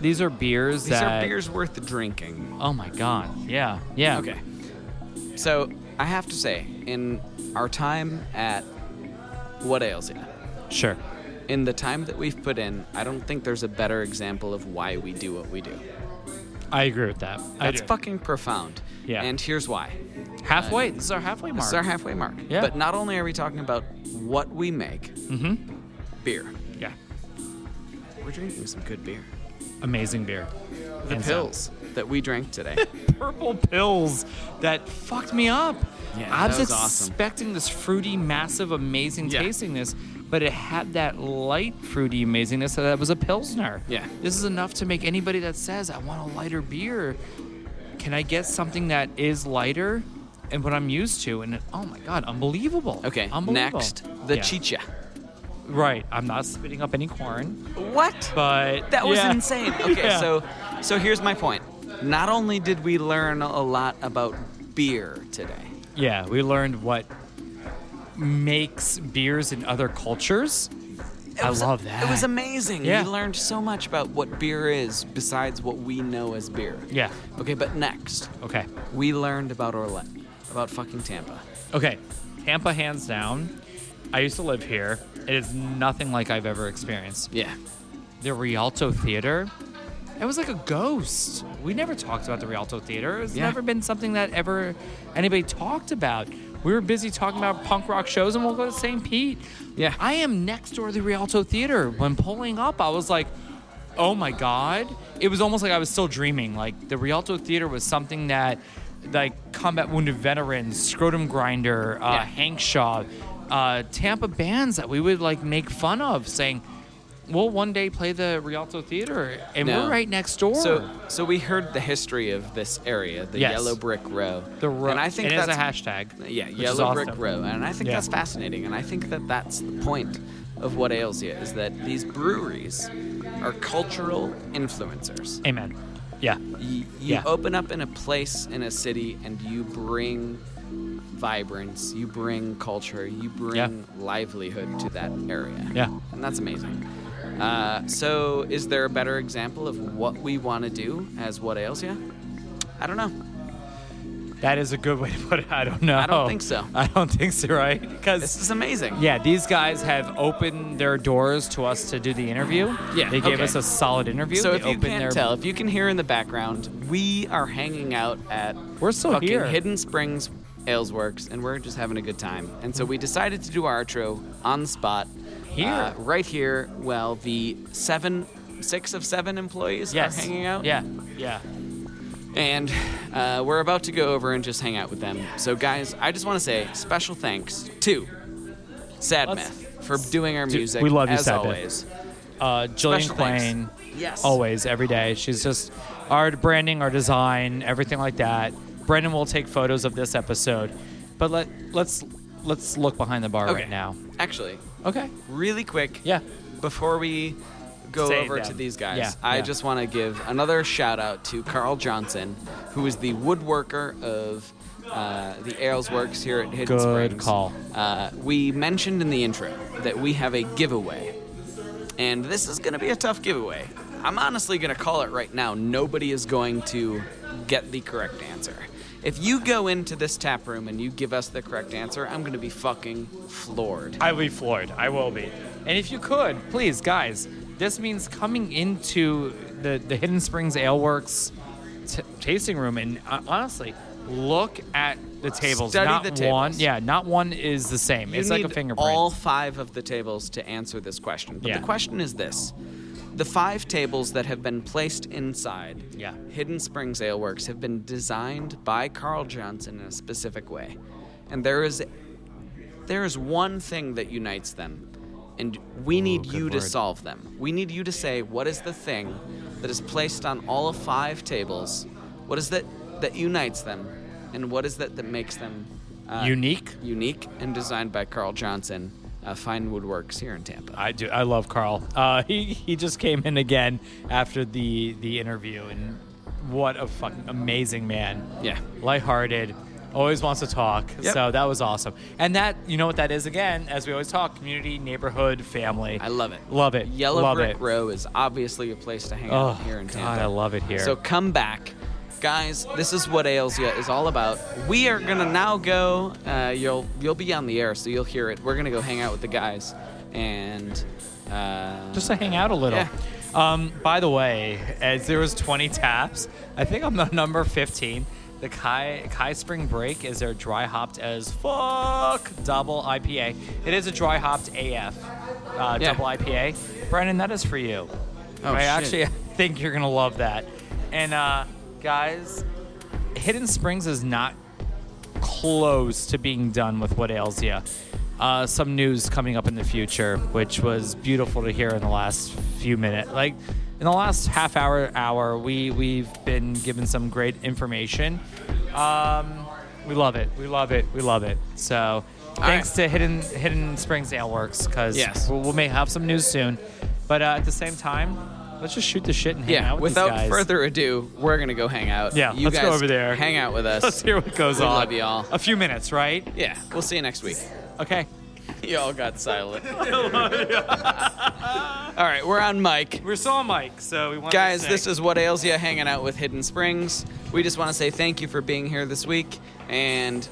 A: these are beers
B: These
A: that
B: are beers worth drinking.
A: Oh my god, yeah, yeah.
B: Okay. So I have to say, in our time at What Ails You,
A: sure.
B: in the time that we've put in, I don't think there's a better example of why we do what we do.
A: I agree with that. I
B: That's
A: do.
B: fucking profound.
A: Yeah.
B: And here's why.
A: halfway. This is our halfway mark.
B: This is our halfway mark.
A: Yeah.
B: But not only are we talking about what we make,
A: Mm-hmm.
B: beer.
A: yeah,
B: We're drinking some good beer.
A: amazing beer.
B: The
A: Hands down.
B: pills that we drank today.
A: purple pills that fucked me up.
B: Yeah,
A: I was,
B: that was awesome.
A: expecting this fruity, massive, amazing
B: Yeah.
A: tastiness, but it had that light, fruity amazingness that was a pilsner.
B: Yeah.
A: this is enough to make anybody that says I want a lighter beer. Can I get something that is lighter and what I'm used to? And oh my god, unbelievable.
B: Okay.
A: unbelievable.
B: Next, the
A: Yeah.
B: chicha.
A: Right. I'm not spitting up any corn,
B: What?
A: but
B: That was
A: yeah.
B: insane. Okay,
A: Yeah.
B: so so here's my point. Not only did we learn a lot about beer today,
A: Yeah, we learned what makes beers in other cultures.
B: It
A: I
B: was-
A: love that.
B: It was amazing.
A: Yeah.
B: We learned so much about what beer is besides what we know as beer.
A: Yeah.
B: Okay, but next
A: Okay.
B: we learned about Orlette, about fucking Tampa.
A: Okay. Tampa, hands down. I used to live here. It is nothing like I've ever experienced.
B: Yeah.
A: The Rialto Theater, it was like a ghost. We never talked about the Rialto Theater. It's
B: Yeah.
A: never been something that ever anybody talked about. We were busy talking about punk rock shows and we'll go to St. Pete.
B: Yeah.
A: I am next door to the Rialto Theater. When pulling up, I was like, oh my God. It was almost like I was still dreaming. Like the Rialto Theater was something that, like, combat wounded veterans, scrotum grinder, uh,
B: Yeah.
A: Hank Shaw, uh, Tampa bands that we would like make fun of saying, we'll one day play the Rialto Theater and
B: No.
A: we're right next door.
B: So so we heard the history of this area, the
A: Yes.
B: yellow brick row.
A: the ro-
B: And I think
A: it has
B: that's
A: a hashtag.
B: Uh, Yeah,
A: which is
B: Yellow Brick
A: awesome.
B: Row, and I think
A: Yeah.
B: that's fascinating, and I think that that's the point of what ails you is that these breweries are cultural influencers.
A: Amen. Yeah.
B: You, you
A: Yeah.
B: open up in a place in a city, and you bring vibrance, you bring culture, you bring livelihood to that area.
A: Yeah.
B: and that's amazing. Uh, so, is there a better example of what we want to do as what ails you? I don't know.
A: That is a good way to put it. I don't know.
B: I don't think so.
A: I don't think so, right?
B: This
A: Because
B: is amazing.
A: yeah, these guys have opened their doors to us to do the interview.
B: Yeah,
A: they gave
B: okay.
A: us a solid interview.
B: So
A: they
B: if you
A: opened
B: can't
A: their-
B: tell, if you can hear in the background, we are hanging out at
A: We're still
B: fucking
A: here.
B: Hidden Springs Aleworks, and we're just having a good time. And so we decided to do our outro on the spot, uh,
A: Here.
B: right here. Well, the seven, six of seven employees
A: yes,
B: are hanging out.
A: Yeah, yeah.
B: And uh, we're about to go over and just hang out with them. So guys, I just want to say special thanks to Sadmeth for doing our
A: Dude,
B: music.
A: we love you,
B: as
A: Sadmeth.
B: always.
A: Uh, Jillian
B: Special thanks.
A: Quain,
B: Yes.
A: always every day. She's just our branding, our design, everything like that. Brendan will take photos of this episode, but let let's let's look behind the bar
B: Okay.
A: right now.
B: Actually,
A: Okay.
B: really quick.
A: Yeah.
B: before we go
A: Say
B: over
A: them.
B: to these guys,
A: Yeah,
B: I
A: yeah.
B: just want to give another shout out to Carl Johnson, who is the woodworker of uh, the Ailes Works here at Hidden
A: Good
B: Springs.
A: call.
B: Uh, we mentioned in the intro that we have a giveaway, and this is going to be a tough giveaway. I'm honestly going to call it right now. Nobody is going to get the correct answer. If you go into this tap room and you give us the correct answer, I'm gonna be fucking floored.
A: I will be floored. I will be. And if you could, please, guys, this means coming into the, the Hidden Springs Ale Works t- tasting room and uh, honestly, look at the tables.
B: Study
A: not
B: the tables.
A: one, yeah, not one is the same.
B: You
A: it's like a
B: need
A: fingerprint.
B: All five of the tables to answer this question. But
A: Yeah.
B: the question is this: the five tables that have been placed inside
A: Yeah.
B: Hidden Springs Ale Works have been designed by Carl Johnson in a specific way, and there is there is one thing that unites them, and we need you to solve them. We need you to say what is the thing that is placed on all of five tables. What is that that unites them, and what is that that makes them uh,
A: Unique.
B: unique and designed by Carl Johnson, uh, Fine Woodworks here in Tampa.
A: I do. I love Carl. Uh, he he just came in again after the the interview, and what a fucking amazing man.
B: Yeah.
A: lighthearted, always wants to talk.
B: Yep.
A: So that was awesome. And that you know what that is again, as we always talk, community, neighborhood, family.
B: I love it.
A: Love it.
B: Yellow
A: love
B: Brick
A: it.
B: Row is obviously a place to hang
A: Oh
B: out here in
A: God,
B: Tampa.
A: I love it here.
B: So come back. Guys, this is what Ales Ya is all about. We are gonna now go. Uh, you'll you'll be on the air, so you'll hear it. We're gonna go hang out with the guys, and uh,
A: just to hang out a little.
B: Yeah.
A: Um, by the way, as there was 20 taps, I think I'm the number 15. The Kai Kai Spring Break is their dry hopped as fuck double IPA. It is a dry hopped AF uh,
B: Yeah.
A: double IPA. Brendan, that is for you.
B: Oh,
A: I
B: shit.
A: actually think you're gonna love that. And uh, guys, Hidden Springs is not close to being done with what ails you. Uh, some news coming up in the future, which was beautiful to hear in the last few minutes. Like in the last half hour, hour, we we've been given some great information. Um, we love it. We love it. We love it. So thanks to Hidden Hidden Springs Ale Works because
B: Yes.
A: we we may have some news soon. But uh, at the same time, let's just shoot the shit and hang
B: yeah.
A: out with
B: without
A: these guys.
B: further ado, we're gonna go hang out.
A: Yeah,
B: you
A: let's
B: guys
A: go over there.
B: Hang out with us.
A: Let's hear what goes
B: We
A: on.
B: love y'all.
A: A few minutes, right?
B: Yeah, we'll see you next week.
A: Okay.
B: Y'all got silent. All right, we're on mic.
A: We're still on mic, so we want
B: Guys, this is What Ails Ya hanging out with Hidden Springs. We just want to say thank you for being here this week. And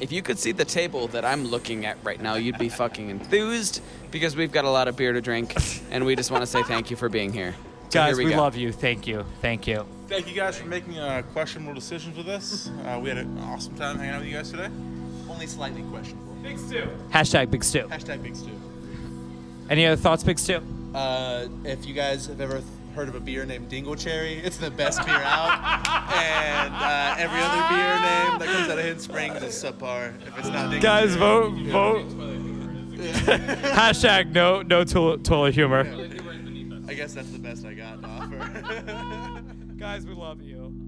B: if you could see the table that I'm looking at right now, you'd be fucking enthused because we've got a lot of beer to drink. And we just want to say thank you for being here. So
A: guys.
B: here
A: We,
B: go.
A: love you. Thank you. Thank you.
C: Thank you guys for making uh, questionable decisions with us. Uh, we had an awesome time hanging out with you guys today. Only slightly questionable.
A: Hashtag Big Stu.
G: Hashtag Big Stew.
A: Any other thoughts, Big Stu?
G: Uh, if you guys have ever heard of a beer named Dinglecherry, it's the best beer out. and uh, every other beer name that comes out of Hidden Springs is subpar. If it's not Dinglecherry.
A: Guys, vote, vote. Hashtag no, no toilet, toilet humor.
G: I guess that's the best I got to offer.
A: Guys, we love you. Uh,